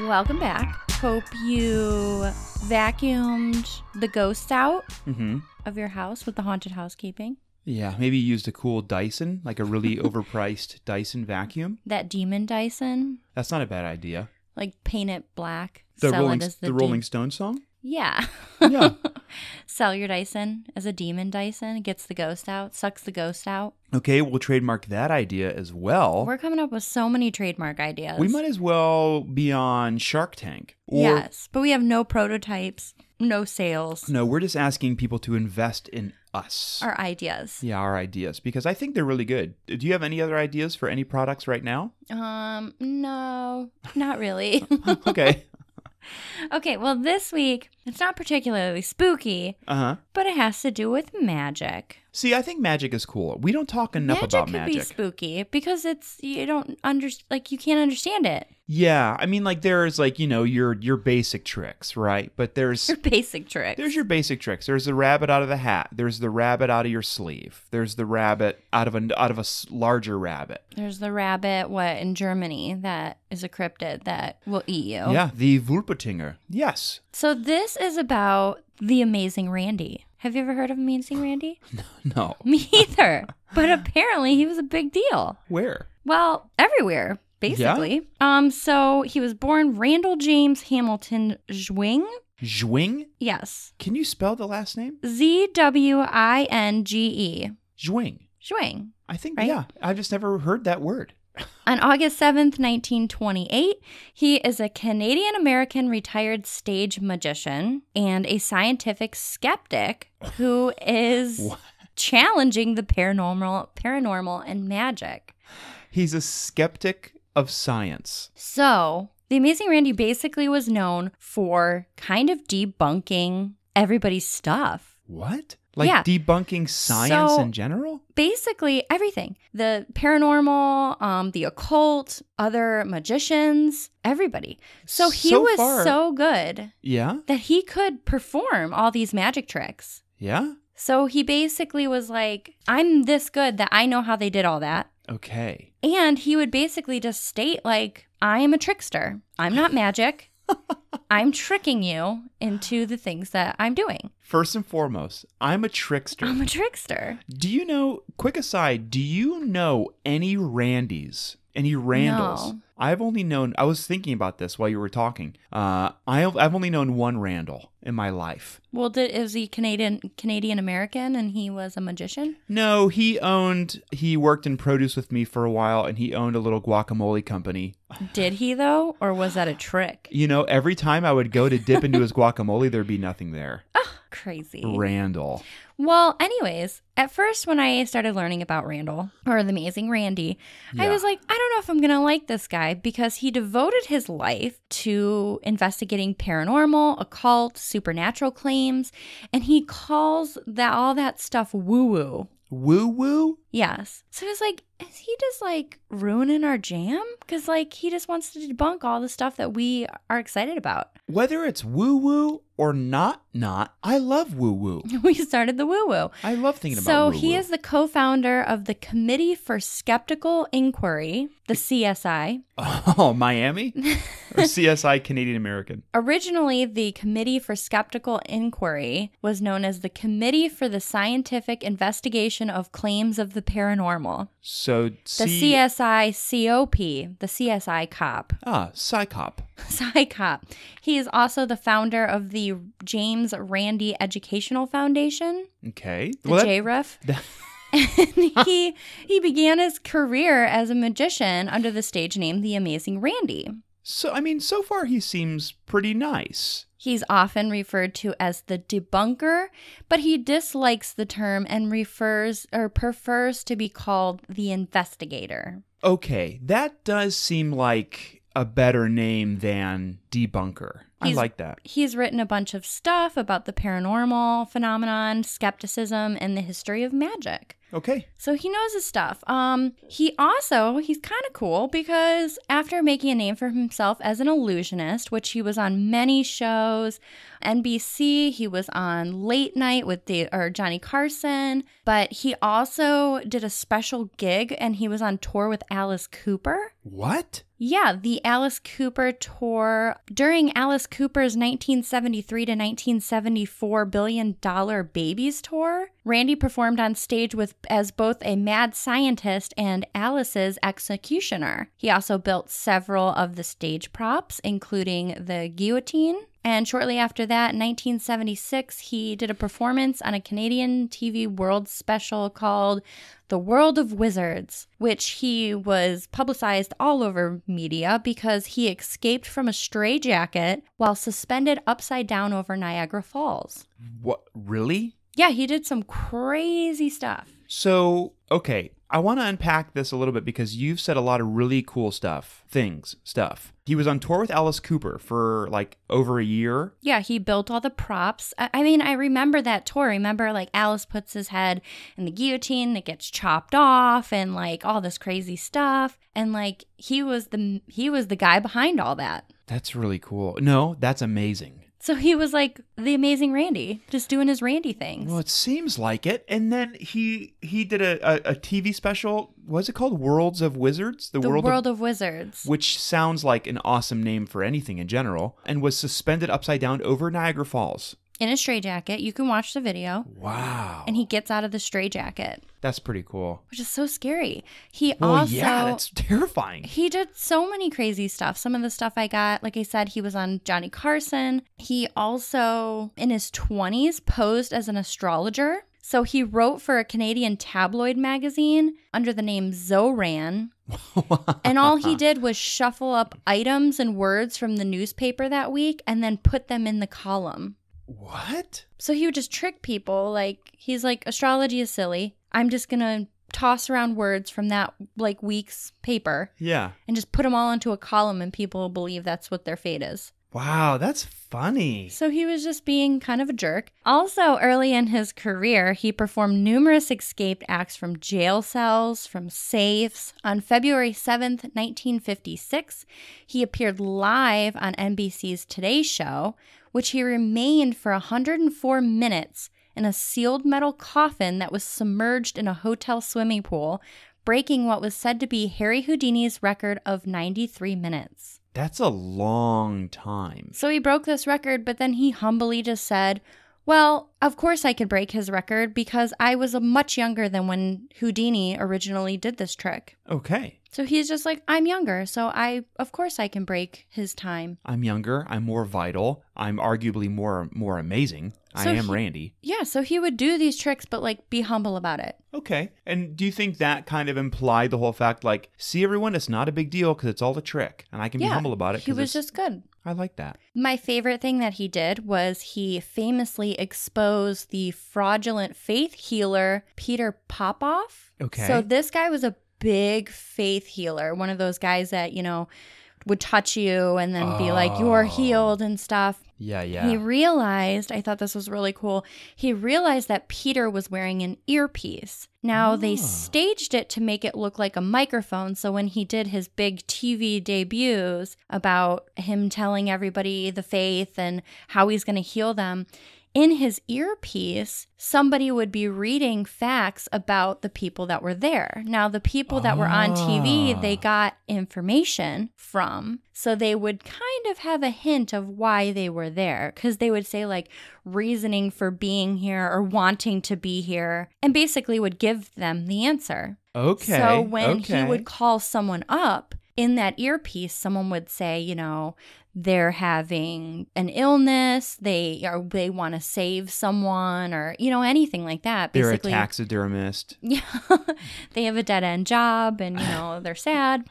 Speaker 2: Welcome back. Hope you vacuumed the ghosts out
Speaker 1: Mm-hmm.
Speaker 2: of your house with the haunted housekeeping.
Speaker 1: Yeah, maybe you used a cool Dyson, like a (laughs) really overpriced Dyson vacuum.
Speaker 2: That demon Dyson,
Speaker 1: That's not a bad idea.
Speaker 2: like paint it black.
Speaker 1: The
Speaker 2: sell
Speaker 1: Rolling
Speaker 2: it as
Speaker 1: the,
Speaker 2: the, de-
Speaker 1: Rolling Stone
Speaker 2: (laughs)
Speaker 1: song.
Speaker 2: Yeah.
Speaker 1: (laughs) Yeah.
Speaker 2: Sell your Dyson as a demon Dyson. Gets the ghost out. Sucks the ghost out.
Speaker 1: okay, we'll trademark that idea as well.
Speaker 2: We're coming up with so many trademark ideas.
Speaker 1: We might as well be on Shark Tank.
Speaker 2: yes, but we have no prototypes, no sales,
Speaker 1: No, we're just asking people to invest in us.
Speaker 2: our ideas.
Speaker 1: Yeah, our ideas because I think they're really good. Do you have any other ideas for any products right
Speaker 2: (laughs)
Speaker 1: now?
Speaker 2: Um, no, not really. (laughs)
Speaker 1: okay.
Speaker 2: okay, well, this week it's not particularly spooky,
Speaker 1: Uh huh.
Speaker 2: but it has to do with magic.
Speaker 1: See, I think magic is cool. We don't talk enough
Speaker 2: magic
Speaker 1: about
Speaker 2: could
Speaker 1: magic.
Speaker 2: be spooky because it's you don't under like you can't understand it. (laughs)
Speaker 1: yeah, I mean, like there's like you know your your basic tricks, right? But there's
Speaker 2: Your basic trick.
Speaker 1: there's your basic tricks. There's the rabbit out of the hat. There's the rabbit out of your sleeve. There's the rabbit out of a out of a s- larger rabbit.
Speaker 2: There's the rabbit, what in Germany that is a cryptid that will eat you.
Speaker 1: Yeah, the Vulpetinger. Yes. (laughs)
Speaker 2: So this is about the amazing Randy. Have you ever heard of Amazing Randy? (laughs)
Speaker 1: No.
Speaker 2: Me either. But apparently he was a big deal.
Speaker 1: Where?
Speaker 2: Well, everywhere, basically. Um, so he was born Randall James Hamilton Zwing.
Speaker 1: Zwing?
Speaker 2: Yes.
Speaker 1: Can you spell the last name?
Speaker 2: Z W I N G E.
Speaker 1: Zwing.
Speaker 2: Zwing.
Speaker 1: I think
Speaker 2: Right?
Speaker 1: yeah. I've just never heard that word.
Speaker 2: On August 7th, 1928, he is a Canadian American retired stage magician and a scientific skeptic who is
Speaker 1: What?
Speaker 2: challenging the paranormal, paranormal and magic.
Speaker 1: He's a skeptic of science.
Speaker 2: So, The Amazing Randy basically was known for kind of debunking everybody's stuff.
Speaker 1: What? Like
Speaker 2: Yeah.
Speaker 1: debunking science
Speaker 2: So-
Speaker 1: in general?
Speaker 2: basically everything the paranormal um the occult other magicians everybody so he
Speaker 1: So
Speaker 2: was
Speaker 1: far-
Speaker 2: so good
Speaker 1: Yeah.
Speaker 2: that he could perform all these magic tricks
Speaker 1: Yeah.
Speaker 2: so he basically was like i'm this good that i know how they did all that
Speaker 1: Okay.
Speaker 2: and he would basically just state like i am a trickster i'm
Speaker 1: (laughs)
Speaker 2: not magic i'm tricking you into the things that i'm doing
Speaker 1: First and foremost, I'm a trickster.
Speaker 2: (laughs) i'm a trickster
Speaker 1: do you know, quick aside, do you know any Randys? Any Randalls?
Speaker 2: No.
Speaker 1: I've only known, I was thinking about this while you were talking. Uh, I've, I've only known one Randall in my life.
Speaker 2: Well, did is he Canadian Canadian American and he was a magician?
Speaker 1: No, he owned, he worked in produce with me for a while and he owned a little guacamole company
Speaker 2: Did he though, or was that a trick?
Speaker 1: You know, every time I would go to dip into his guacamole, there'd be nothing
Speaker 2: (laughs)
Speaker 1: there.
Speaker 2: Crazy.
Speaker 1: Randall.
Speaker 2: Well, anyways, at first when I started learning about Randall or the amazing Randy, I
Speaker 1: Yeah.
Speaker 2: was like, I don't know if I'm gonna like this guy because he devoted his life to investigating paranormal, occult, supernatural claims, and he calls that all that stuff woo woo.
Speaker 1: Woo woo?
Speaker 2: Yes. So I was like, is he just like ruining our jam? Because like he just wants to debunk all the stuff that we are excited about. (laughs)
Speaker 1: Whether it's woo woo or not, not, I love woo woo.
Speaker 2: we started the woo woo.
Speaker 1: I love thinking about
Speaker 2: So
Speaker 1: woo-woo.
Speaker 2: he is the co founder of the Committee for Skeptical Inquiry, the CSI.
Speaker 1: (laughs) Oh, Miami? or
Speaker 2: (laughs)
Speaker 1: CSI Canadian American?
Speaker 2: Originally, the Committee for Skeptical Inquiry was known as the Committee for the Scientific Investigation of Claims of the paranormal.
Speaker 1: So
Speaker 2: The
Speaker 1: C-
Speaker 2: CSI COP, the CSI cop, (laughs)
Speaker 1: ah psychop.
Speaker 2: PsyCop. He is also the founder of the James Randi Educational Foundation,
Speaker 1: Okay.
Speaker 2: the
Speaker 1: Well, that-
Speaker 2: JREF.
Speaker 1: that-
Speaker 2: (laughs) and he he began his career as a magician under the stage name The Amazing Randy.
Speaker 1: so I mean, so far he seems pretty nice.
Speaker 2: He's often referred to as the debunker, but he dislikes the term and refers or prefers to be called the investigator.
Speaker 1: Okay, that does seem like a better name than debunker. I
Speaker 2: He's-
Speaker 1: like that.
Speaker 2: He's written a bunch of stuff about the paranormal phenomenon, skepticism, and the history of magic.
Speaker 1: Okay.
Speaker 2: So he knows his stuff. Um, he also he's kind of cool because after making a name for himself as an illusionist, which he was on many shows, NBC, he was on Late Night with the or Johnny Carson, but he also did a special gig and he was on tour with Alice Cooper.
Speaker 1: What?
Speaker 2: Yeah, the Alice Cooper tour during Alice Cooper's 1973 to 1974 billion dollar babies tour. Randy performed on stage with as both a mad scientist and Alice's executioner. He also built several of the stage props, including the guillotine. And shortly after that, in 1976, he did a performance on a Canadian TV World special called the World of Wizards, which he was publicized all over media because he escaped from a straitjacket while suspended upside down over Niagara Falls.
Speaker 1: What? Really?
Speaker 2: Yeah, he did some crazy stuff.
Speaker 1: So, okay, I want to unpack this a little bit because you've said a lot of really cool stuff, things, stuff. He was on tour with Alice Cooper for like over a year.
Speaker 2: Yeah, he built all the props. I, I mean, I remember that tour. Remember, like, Alice puts his head in the guillotine, and it gets chopped off, and like all this crazy stuff. And like, he was the he was the guy behind all that.
Speaker 1: That's really cool. No, that's amazing.
Speaker 2: So he was like the amazing Randy, just doing his Randy things.
Speaker 1: Well, it seems like it. And then he he did a, a, a TV special. Was it called Worlds of Wizards?
Speaker 2: the world,
Speaker 1: of-
Speaker 2: of, wizards.
Speaker 1: which sounds like an awesome name for anything in general, and was suspended upside down over Niagara Falls.
Speaker 2: In a straitjacket, you can watch the video,
Speaker 1: Wow.
Speaker 2: and he gets out of the straitjacket,
Speaker 1: that's pretty cool.
Speaker 2: which is so scary. He
Speaker 1: Well,
Speaker 2: also
Speaker 1: yeah, that's terrifying. (laughs)
Speaker 2: he did so many crazy stuff. Some of the stuff I got, like I said, he was on Johnny Carson. He also, in his 20s, posed as an astrologer. So he wrote for a Canadian tabloid magazine under the name Zoran. and
Speaker 1: (laughs)
Speaker 2: all he did was shuffle up items and words from the newspaper that week and then put them in the column.
Speaker 1: What?
Speaker 2: So he would just trick people. Like he's like, astrology is silly. I'm just gonna toss around words from that like week's paper
Speaker 1: Yeah.
Speaker 2: and just put them all into a column, and people will believe that's what their fate is.
Speaker 1: Wow, that's funny.
Speaker 2: So he was just being kind of a jerk. Also, early in his career, he performed numerous escaped acts from jail cells, from safes. On February 7th, 1956, he appeared live on NBC's Today Show, which he remained for 104 minutes in a sealed metal coffin that was submerged in a hotel swimming pool, breaking what was said to be Harry Houdini's record of 93 minutes.
Speaker 1: That's a long time.
Speaker 2: So he broke this record, but then he humbly just said, Well, of course I could break his record because I was much younger than when Houdini originally did this trick.
Speaker 1: Okay.
Speaker 2: So he's just like, I'm younger, so I, of course, I can break his time.
Speaker 1: I'm younger, I'm more vital, I'm arguably more more amazing. I
Speaker 2: So
Speaker 1: am
Speaker 2: he-
Speaker 1: Randy.
Speaker 2: Yeah, so he would do these tricks, but like be humble about it.
Speaker 1: Okay. And do you think that kind of implied the whole fact like, see everyone, it's not a big deal cuz it's all a trick and I can
Speaker 2: yeah,
Speaker 1: be humble about it
Speaker 2: He
Speaker 1: 'cause
Speaker 2: was
Speaker 1: it's-
Speaker 2: just good.
Speaker 1: I like that.
Speaker 2: My favorite thing that he did was he famously exposed the fraudulent faith healer Peter Popoff.
Speaker 1: Okay.
Speaker 2: So this guy was a big faith healer, one of those guys that, you know, would touch you and then be like, you're
Speaker 1: Oh.
Speaker 2: healed and stuff.
Speaker 1: Yeah, yeah.
Speaker 2: He realized, I thought this was really cool. He realized that Peter was wearing an earpiece. Now,
Speaker 1: Ah.
Speaker 2: they staged it to make it look like a microphone. So, when he did his big TV debuts about him telling everybody the faith and how he's going to heal them, in his earpiece, somebody would be reading facts about the people that were there. Now, the people that were on TV, they
Speaker 1: Ah.
Speaker 2: got information from. So they would kind of have a hint of why they were there because they would say, like, reasoning for being here or wanting to be here, and basically would give them the answer.
Speaker 1: Okay.
Speaker 2: So when
Speaker 1: okay.
Speaker 2: he would call someone up in that earpiece, someone would say, you know, they're having an illness, they are they want to save someone or you know anything like that.
Speaker 1: they're a taxidermist.
Speaker 2: (laughs) Yeah. they have a dead end job and, you know,
Speaker 1: (laughs)
Speaker 2: they're sad.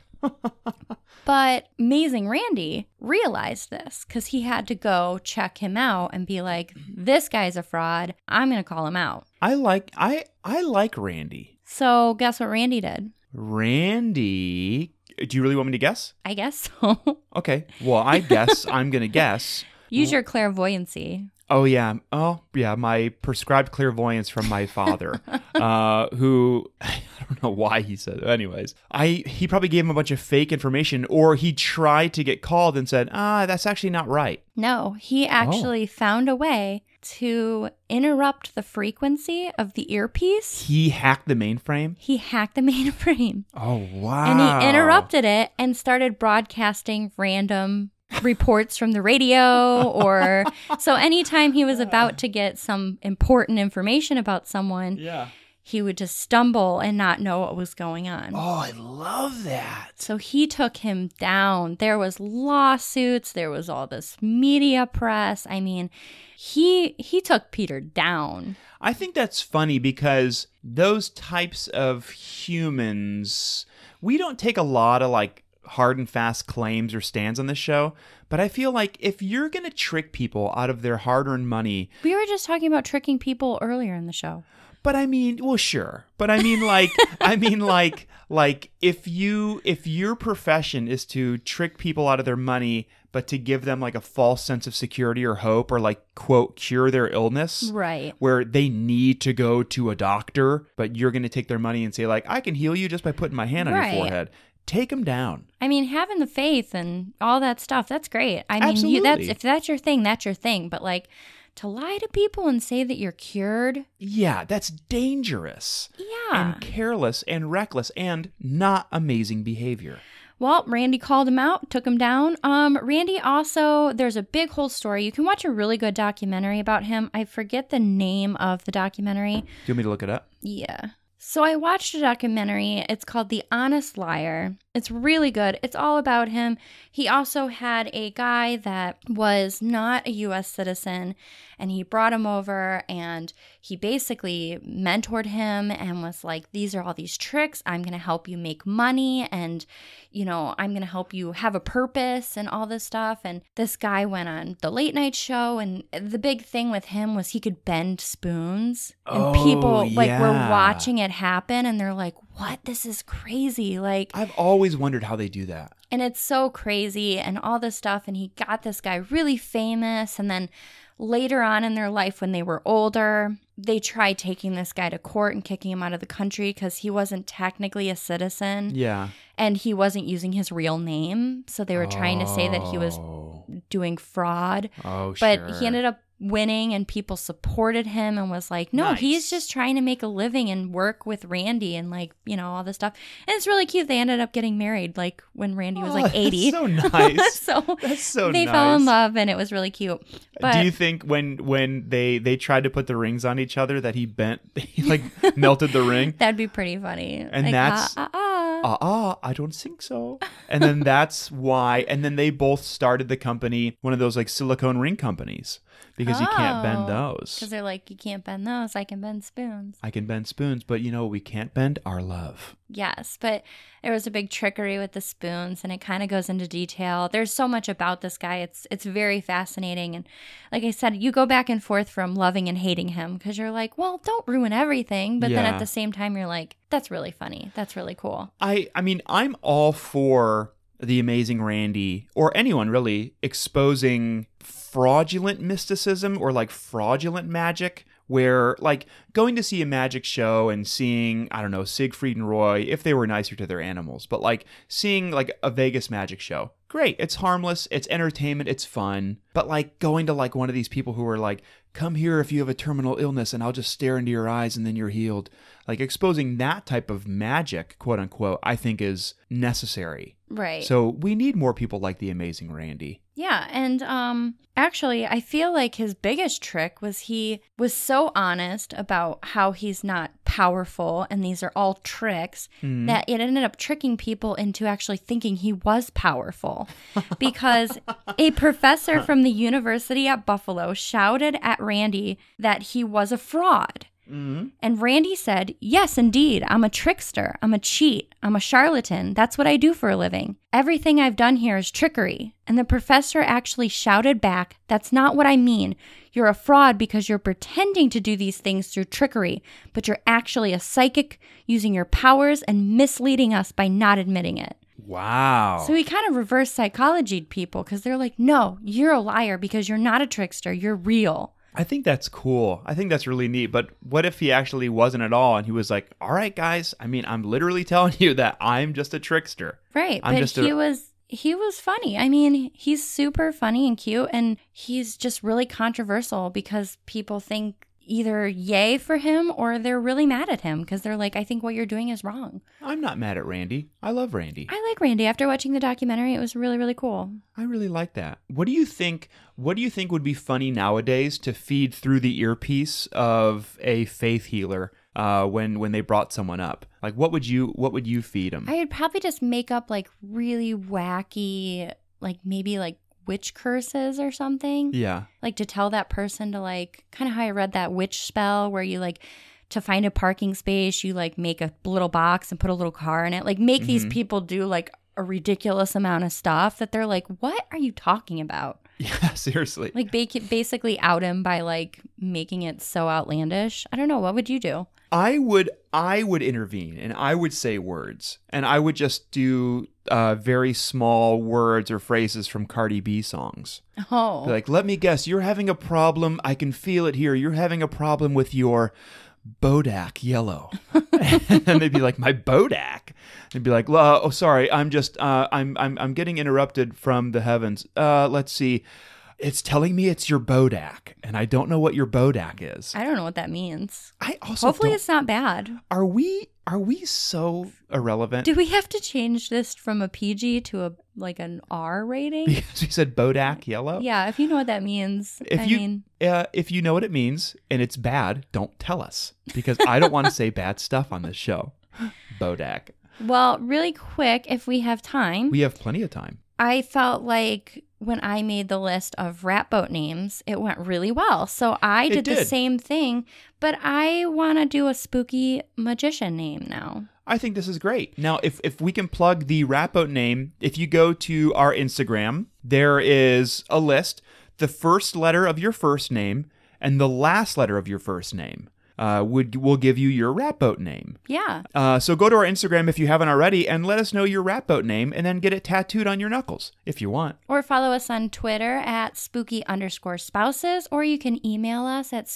Speaker 2: but Amazing Randy realized this because he had to go check him out and be like, this guy's a fraud. I'm going to call him out.
Speaker 1: I like I I like Randy.
Speaker 2: So guess what Randy did?
Speaker 1: Randy, do you really want me to guess?
Speaker 2: I guess (laughs) so.
Speaker 1: Okay. Well, I
Speaker 2: (laughs)
Speaker 1: guess I'm going to guess.
Speaker 2: Use your clairvoyancy.
Speaker 1: Oh yeah. Oh yeah. My prescribed clairvoyance from my
Speaker 2: (laughs)
Speaker 1: father, uh, who (laughs) I don't know why he said. Anyways, I he probably gave him a bunch of fake information, or he tried to get called and said, "Ah, that's actually not right."
Speaker 2: No,
Speaker 1: Oh.
Speaker 2: he actually found a way to interrupt the frequency of the earpiece.
Speaker 1: He hacked the mainframe.
Speaker 2: He hacked the (laughs) mainframe.
Speaker 1: Oh wow!
Speaker 2: And he interrupted it and started broadcasting random reports from the radio
Speaker 1: (laughs)
Speaker 2: or so anytime he was about to get some important information about someone,
Speaker 1: Yeah.
Speaker 2: he would just stumble and not know what was going on.
Speaker 1: Oh, I love that.
Speaker 2: So he took him down. There was lawsuits, there was all this media press. I mean, he he took Peter down.
Speaker 1: I think that's funny because those types of humans, we don't take a lot of like hard and fast claims or stands on this show. But I feel like if you're going to trick people out of their hard earned money,
Speaker 2: We were just talking about tricking people earlier in the show.
Speaker 1: but I mean, well, sure. But I mean, like,
Speaker 2: (laughs)
Speaker 1: I mean, like, like if you if your profession is to trick people out of their money, but to give them like a false sense of security or hope, or like quote cure their illness,
Speaker 2: Right.
Speaker 1: where they need to go to a doctor, but you're going to take their money and say like, "I can heal you just by putting my hand on
Speaker 2: Right.
Speaker 1: your forehead." Take them down.
Speaker 2: I mean, having the faith and all that stuff, that's great. I mean, you, that's
Speaker 1: Absolutely.
Speaker 2: if that's your thing, that's your thing. But like to lie to people and say that you're cured,
Speaker 1: Yeah, that's dangerous
Speaker 2: yeah.
Speaker 1: and careless and reckless and not amazing behavior.
Speaker 2: Well, Randy called him out, took him down. Um, Randy also, there's a big whole story. You can watch a really good documentary about him. I forget the name of the documentary.
Speaker 1: Do you want me to look it up?
Speaker 2: Yeah. So I watched a documentary. It's called The Honest Liar. It's really good. It's all about him. He also had a guy that was not a US citizen and he brought him over and he basically mentored him and was like, These are all these tricks. I'm going to help you make money and, you know, I'm going to help you have a purpose and all this stuff. And this guy went on the late night show. And the big thing with him was he could bend spoons. And
Speaker 1: Oh,
Speaker 2: people like were
Speaker 1: yeah.
Speaker 2: watching it happen and they're like, What? This is crazy. Like,
Speaker 1: I've always wondered how they do that.
Speaker 2: and it's so crazy and all this stuff and he got this guy really famous and then later on in their life when they were older they tried taking this guy to court and kicking him out of the country because he wasn't technically a citizen
Speaker 1: Yeah.
Speaker 2: and he wasn't using his real name so they were trying to say that he was
Speaker 1: Oh,
Speaker 2: doing fraud
Speaker 1: oh
Speaker 2: but
Speaker 1: sure.
Speaker 2: he ended up winning and people supported him and was like no he's
Speaker 1: Nice.
Speaker 2: just trying to make a living and work with randy and like you know all this stuff and it's really cute they ended up getting married like when randy was
Speaker 1: Oh,
Speaker 2: like
Speaker 1: that's
Speaker 2: 80 (laughs)
Speaker 1: so nice.
Speaker 2: so
Speaker 1: That's so
Speaker 2: they
Speaker 1: nice.
Speaker 2: fell in love and it was really cute but
Speaker 1: Do you think when when they they tried to put the rings on each other that he bent (laughs) he like melted the
Speaker 2: (laughs)
Speaker 1: ring?
Speaker 2: that'd be pretty funny
Speaker 1: And
Speaker 2: Like,
Speaker 1: that's-
Speaker 2: ah, ah, ah.
Speaker 1: Ah ah, I don't think so. And then that's why and then they both started the company, one of those like silicone ring companies because you can't bend
Speaker 2: Oh, 'Cause
Speaker 1: those.
Speaker 2: they're like you can't bend those i can bend spoons
Speaker 1: I can bend spoons, but you know what we can't bend our love.
Speaker 2: Yes, but there was a big trickery with the spoons and it kind of goes into detail. There's so much about this guy. It's it's very fascinating and like I said, you go back and forth from loving and hating him cuz you're like, well, don't ruin everything, but then
Speaker 1: Yeah.
Speaker 2: at the same time you're like, that's really funny. That's really cool.
Speaker 1: I I mean, I'm all for the amazing Randy or anyone really exposing fraudulent mysticism or like fraudulent magic where like going to see a magic show and seeing I don't know Siegfried and Roy if they were nicer to their animals, but like seeing like a Vegas magic show. Great, it's harmless, it's entertainment, it's fun. But like going to like one of these people who are like come here if you have a terminal illness and I'll just stare into your eyes and then you're healed. Like exposing that type of magic, quote unquote, I think is necessary.
Speaker 2: Right.
Speaker 1: So we need more people like the amazing Randy.
Speaker 2: Yeah, and um actually I feel like his biggest trick was he was so honest about how he's not powerful and these are all tricks that it ended up tricking people into actually thinking he was powerful because a professor from the University at Buffalo shouted at Randy that he was a fraud. And Randy said, Yes, indeed. I'm a trickster. I'm a cheat. I'm a charlatan. That's what I do for a living. Everything I've done here is trickery. And the professor actually shouted back, That's not what I mean. You're a fraud because you're pretending to do these things through trickery, but you're actually a psychic using your powers and misleading us by not admitting it.
Speaker 1: Wow.
Speaker 2: So he kind of reverse psychologied people because they're like, No, you're a liar because you're not a trickster. You're real.
Speaker 1: I think that's cool. I think that's really neat. But what if he actually wasn't at all and he was like, all right, guys, I mean, I'm literally (laughs) telling you that I'm just a trickster.
Speaker 2: Right,
Speaker 1: I'm
Speaker 2: but
Speaker 1: just a-
Speaker 2: he was he was funny. I mean, he's super funny and cute and he's just really controversial because people think either yay for him or they're really mad at him because they're like I think what you're doing is wrong.
Speaker 1: I'm not mad at Randy. I love Randy.
Speaker 2: I like Randy after watching the documentary. It was really really cool.
Speaker 1: I really like that. What do you think what do you think would be funny nowadays to feed through the earpiece of a faith healer uh, when when they brought someone up? Like what would you what would you feed them?
Speaker 2: I would probably just make up like really wacky like maybe like witch curses or something.
Speaker 1: yeah. (laughs)
Speaker 2: like to tell that person to like kind of how I read that witch spell where you like to find a parking space, you like make a little box and put a little car in it. Like make these people do like a ridiculous amount of stuff that they're like, what are you talking about?
Speaker 1: Yeah, seriously.
Speaker 2: Like ba- basically out him by like making it so outlandish. I don't know. What would you do?
Speaker 1: I would I would intervene and I would say words and I would just do uh, very small words or phrases from Cardi B songs.
Speaker 2: Oh,
Speaker 1: Be Like, let me guess, you're having a problem. I can feel it here. You're having a problem with your Bodak yellow. (laughs) and they'd be like, my Bodak. They'd be like, "La- oh, sorry, I'm just, uh, I'm, I'm, I'm getting interrupted from the heavens. Uh, let's see. It's telling me it's your Bodak, and I don't know what your Bodak is.
Speaker 2: I don't know what that means.
Speaker 1: I also
Speaker 2: Hopefully
Speaker 1: don't-
Speaker 2: it's not bad.
Speaker 1: are we are we so irrelevant
Speaker 2: Do we have to change this from a PG to a like an R
Speaker 1: (laughs)
Speaker 2: rating?
Speaker 1: because we said Bodak yellow?
Speaker 2: (laughs) yeah, if you know what that means.
Speaker 1: If
Speaker 2: I
Speaker 1: you
Speaker 2: mean,
Speaker 1: uh, if you know what it means and it's bad, don't tell us because I don't want to say bad stuff on this show. (gasps) Bodak.
Speaker 2: Well, really quick, if we have time,
Speaker 1: We have plenty of time.
Speaker 2: I felt like when I made the list of rat boat names, it went really well. So I
Speaker 1: It
Speaker 2: did, the
Speaker 1: did.
Speaker 2: same thing, but I want to do a spooky magician name now.
Speaker 1: I think this is great. Now, if if we can plug the Rapo name, if you go to our Instagram, there is a list. The first letter of your first name and the last letter of your first name uh, would will give you your Rapo name.
Speaker 2: Yeah.
Speaker 1: Uh, so go to our Instagram if you haven't already and let us know your rap boat name and then get it tattooed on your knuckles if you want.
Speaker 2: Or follow us on Twitter at spooky underscore spouses, or you can email us at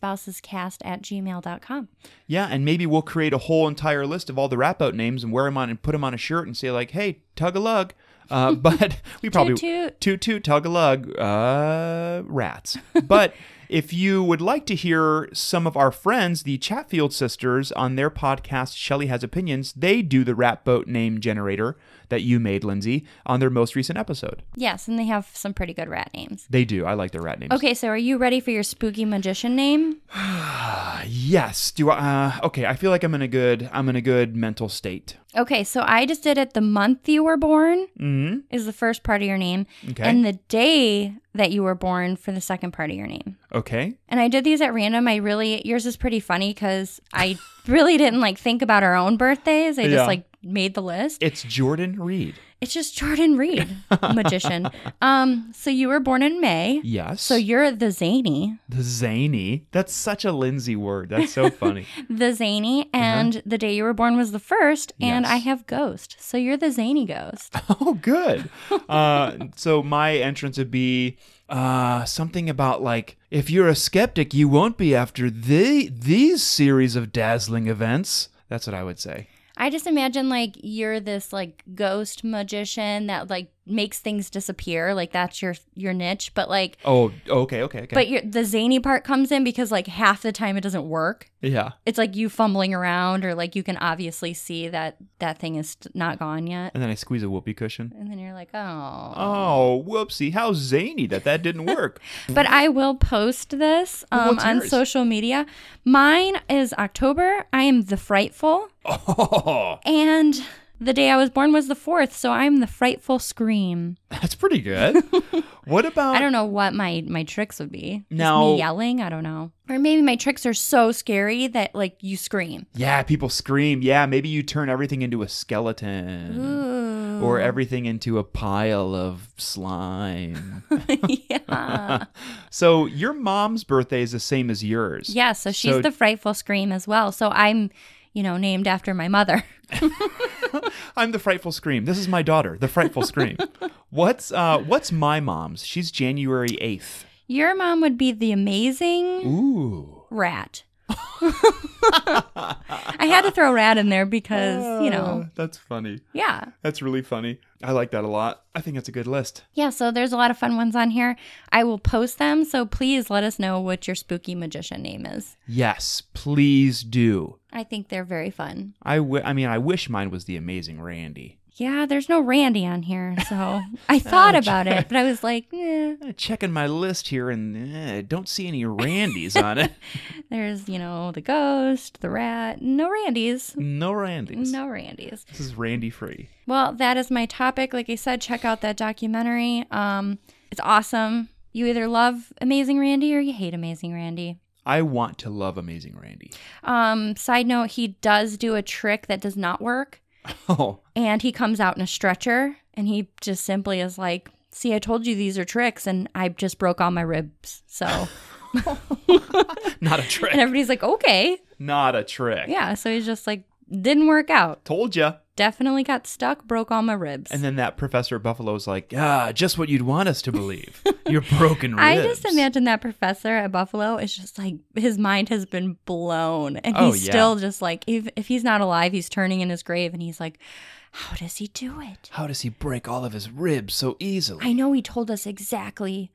Speaker 2: spookyspousescast at gmail.com.
Speaker 1: Yeah, and maybe we'll create a whole entire list of all the rap boat names and wear them on and put them on a shirt and say like, "Hey, tug a lug."
Speaker 2: (laughs)
Speaker 1: Uh, but (laughs) we probably
Speaker 2: toot.
Speaker 1: toot toot tug a lug uh, rats.
Speaker 2: (laughs)
Speaker 1: But if you would like to hear some of our friends, the Chatfield sisters, on their podcast Shelly Has Opinions, they do the rap boat name generator that you made, Lindsay, on their most recent episode.
Speaker 2: Yes, and they have some pretty good rat names.
Speaker 1: They do. I like their rat names.
Speaker 2: Okay, so are you ready for your spooky magician name?
Speaker 1: Uh, Yes. Do I? Uh, okay. I feel like I'm in a good. I'm in a good mental state.
Speaker 2: Okay, so I just did it the month you were born is the first part of your name,
Speaker 1: Mm-hmm. Okay.
Speaker 2: and the day that you were born for the second part of your name.
Speaker 1: Okay.
Speaker 2: And I did these at random.
Speaker 1: (laughs)
Speaker 2: I really yours is pretty funny because I really didn't like think about our own birthdays. I just
Speaker 1: Yeah.
Speaker 2: like made the list.
Speaker 1: It's Jordan Reed.
Speaker 2: It's just
Speaker 1: (laughs)
Speaker 2: Jordan Reed, magician. Um, so you were born in May.
Speaker 1: Yes.
Speaker 2: So you're the zany,
Speaker 1: the zany. That's such a Lindsay word. That's
Speaker 2: (laughs)
Speaker 1: so funny.
Speaker 2: the zany, and the day you were born was the first. And
Speaker 1: Uh-huh. Yes.
Speaker 2: I have ghost, so you're the zany ghost.
Speaker 1: oh, good. Uh, so my entrance would be uh, something about like if you're a skeptic, you won't be after the these series of dazzling events. That's what I would say.
Speaker 2: I just imagine like you're this like ghost magician that like makes things disappear. Like that's your your niche, but like.
Speaker 1: Oh, okay, okay, okay.
Speaker 2: But your, the zany part comes in because like half the time it doesn't work.
Speaker 1: yeah.
Speaker 2: It's like you fumbling around, or like you can obviously see that that thing is st- not gone yet,
Speaker 1: And then I squeeze a whoopee cushion.
Speaker 2: and then you're like, oh.
Speaker 1: Oh, whoopsie! How zany that that didn't
Speaker 2: (laughs)
Speaker 1: work.
Speaker 2: But I will post this
Speaker 1: Well,
Speaker 2: um,
Speaker 1: what's
Speaker 2: on
Speaker 1: yours?
Speaker 2: social media. Mine is October. I am the frightful,
Speaker 1: oh,
Speaker 2: and the day I was born was the fourth, so I'm the frightful scream.
Speaker 1: that's pretty
Speaker 2: (laughs)
Speaker 1: good. What about?
Speaker 2: I don't know what my my tricks would be. Just
Speaker 1: Now-
Speaker 2: me yelling, I don't know. Or maybe my tricks are so scary that like you scream.
Speaker 1: Yeah, people scream. Yeah, maybe you turn everything into a skeleton.
Speaker 2: (laughs) Ooh.
Speaker 1: Or everything into a pile of slime. (laughs)
Speaker 2: yeah.
Speaker 1: so your mom's birthday is the same as yours.
Speaker 2: Yeah, so she's
Speaker 1: So-
Speaker 2: the frightful scream as well. So I'm, you know, named after my mother. (laughs)
Speaker 1: I'm the frightful scream. This is my daughter, the frightful
Speaker 2: (laughs)
Speaker 1: scream. what's uh what's my mom's? She's January 8th.
Speaker 2: Your mom would be the amazing
Speaker 1: Ooh.
Speaker 2: rat. (laughs) I had to throw rat in there because, you know,
Speaker 1: Oh, That's funny.
Speaker 2: yeah.
Speaker 1: That's really funny. I like that a lot. I think that's a good list.
Speaker 2: Yeah, so there's a lot of fun ones on here. I will post them, so please let us know what your spooky magician name is.
Speaker 1: Yes, please do.
Speaker 2: I think they're very fun.
Speaker 1: I wi- I mean, I wish mine was the amazing Randy.
Speaker 2: Yeah, there's no Randy on here, so I thought about it, but I was like, eh,
Speaker 1: Uh, checking my list here and eh, don't see any Randys on
Speaker 2: (laughs)
Speaker 1: it.
Speaker 2: there's, you know, the ghost, the rat, no Randys.
Speaker 1: No Randys.
Speaker 2: No Randys.
Speaker 1: This is Randy free.
Speaker 2: Well, that is my topic. Like I said, check out that documentary. Um, it's awesome. You either love Amazing Randy or you hate Amazing Randy.
Speaker 1: I want to love Amazing Randy.
Speaker 2: Um, side note, he does do a trick that does not work,
Speaker 1: (laughs) Oh,
Speaker 2: and he comes out in a stretcher, and he just simply is like, "See, I told you these are tricks, and I just broke all my ribs." So,
Speaker 1: not a
Speaker 2: and
Speaker 1: trick.
Speaker 2: everybody's like, "Okay,
Speaker 1: not a trick.
Speaker 2: yeah." So he's just like, "Didn't work out.
Speaker 1: Told ya.
Speaker 2: Definitely got stuck. Broke all my ribs."
Speaker 1: And then that professor at Buffalo's like, ah, just what you'd want us to believe. Your broken ribs.
Speaker 2: (laughs) I just imagine that professor at Buffalo is just like his mind has been blown, and
Speaker 1: Oh,
Speaker 2: he's
Speaker 1: yeah.
Speaker 2: still just like if if he's not alive, he's turning in his grave, and he's like, "How does he do it?
Speaker 1: How does he break all of his ribs so easily?
Speaker 2: I know he told us exactly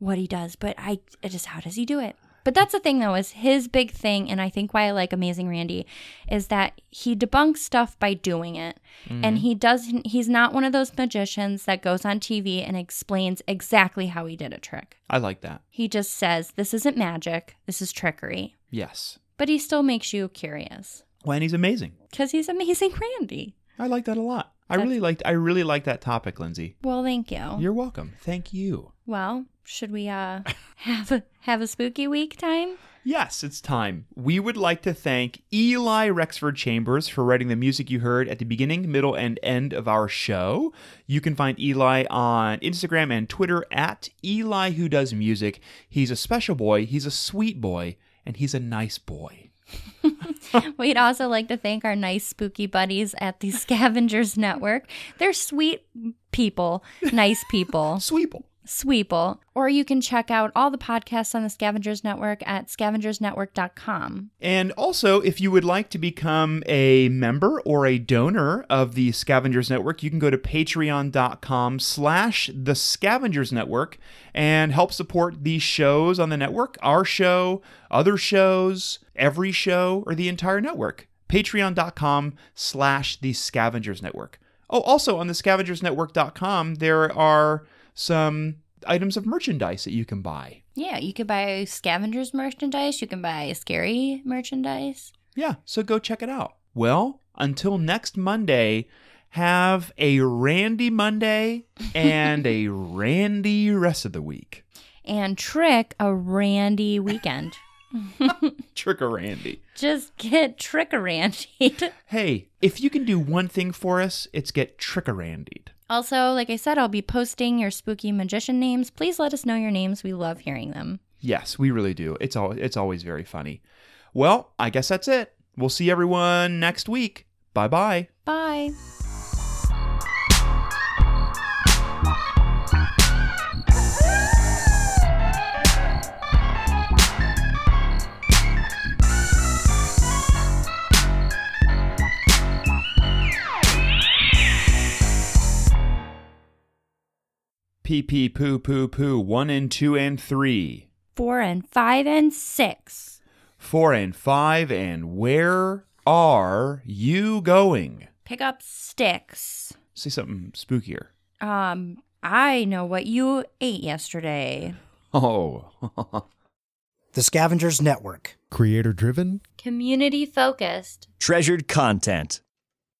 Speaker 2: what he does, but I it just how does he do it?" But that's the thing, though, is his big thing, and I think why I like Amazing Randy is that he debunks stuff by doing it, and he doesn't. He's not one of those magicians that goes on TV and explains exactly how he did a trick.
Speaker 1: I like that.
Speaker 2: He just says, This isn't magic, this is trickery.
Speaker 1: Yes.
Speaker 2: But he still makes you curious
Speaker 1: When he's amazing.
Speaker 2: because he's amazing (laughs) Randy.
Speaker 1: I like that a lot. I
Speaker 2: That's-
Speaker 1: really liked I really like that topic, Lindsay.
Speaker 2: Well, thank you.
Speaker 1: You're welcome. Thank you.
Speaker 2: well, should we uh (laughs) have a, have a spooky week time?
Speaker 1: Yes, it's time. We would like to thank Eli Rexford Chambers for writing the music you heard at the beginning, middle, and end of our show. You can find Eli on Instagram and Twitter at Eli Who Does Music. He's a special boy, he's a sweet boy, and he's a nice boy.
Speaker 2: We'd also like to thank our nice spooky buddies at the (laughs) Scavengers Network. They're sweet people, nice (laughs) people.
Speaker 1: Sweeple.
Speaker 2: Sweeple. Or you can check out all the podcasts on the Scavengers Network at scavengersnetwork.com.
Speaker 1: And also, if you would like to become a member or a donor of the Scavengers Network, you can go to patreon.com slash the Scavengers Network and help support these shows on the network, our show, other shows, every show, or the entire network. Patreon.com slash the Scavengers Network. Oh, also on the scavengersnetwork.com, there are some items of merchandise that you can buy.
Speaker 2: Yeah, you could buy Scavengers merchandise, you can buy scary merchandise.
Speaker 1: Yeah, so go check it out. Well, until next Monday, have a Randy Monday and a Randy rest of the week.
Speaker 2: (laughs) and trick a randy weekend.
Speaker 1: Trickerandy.
Speaker 2: Just get trickerandied.
Speaker 1: Hey, if you can do one thing for us, it's get trickerandied.
Speaker 2: (laughs) Also, like I said, I'll be posting your spooky magician names. Please let us know your names. We love hearing them.
Speaker 1: Yes, we really do. It's al- it's always very funny. Well, I guess that's it. We'll see everyone next week. Bye bye.
Speaker 2: Bye.
Speaker 1: Pee pee poo poo poo. One and two and three.
Speaker 2: Four and five and six.
Speaker 1: Four and five. And where are you going?
Speaker 2: Pick up sticks.
Speaker 1: Say something spookier.
Speaker 2: Um, I know what you ate yesterday.
Speaker 1: Oh. (laughs)
Speaker 4: The Scavengers Network.
Speaker 5: Creator driven,
Speaker 3: Community focused.
Speaker 6: Treasured content.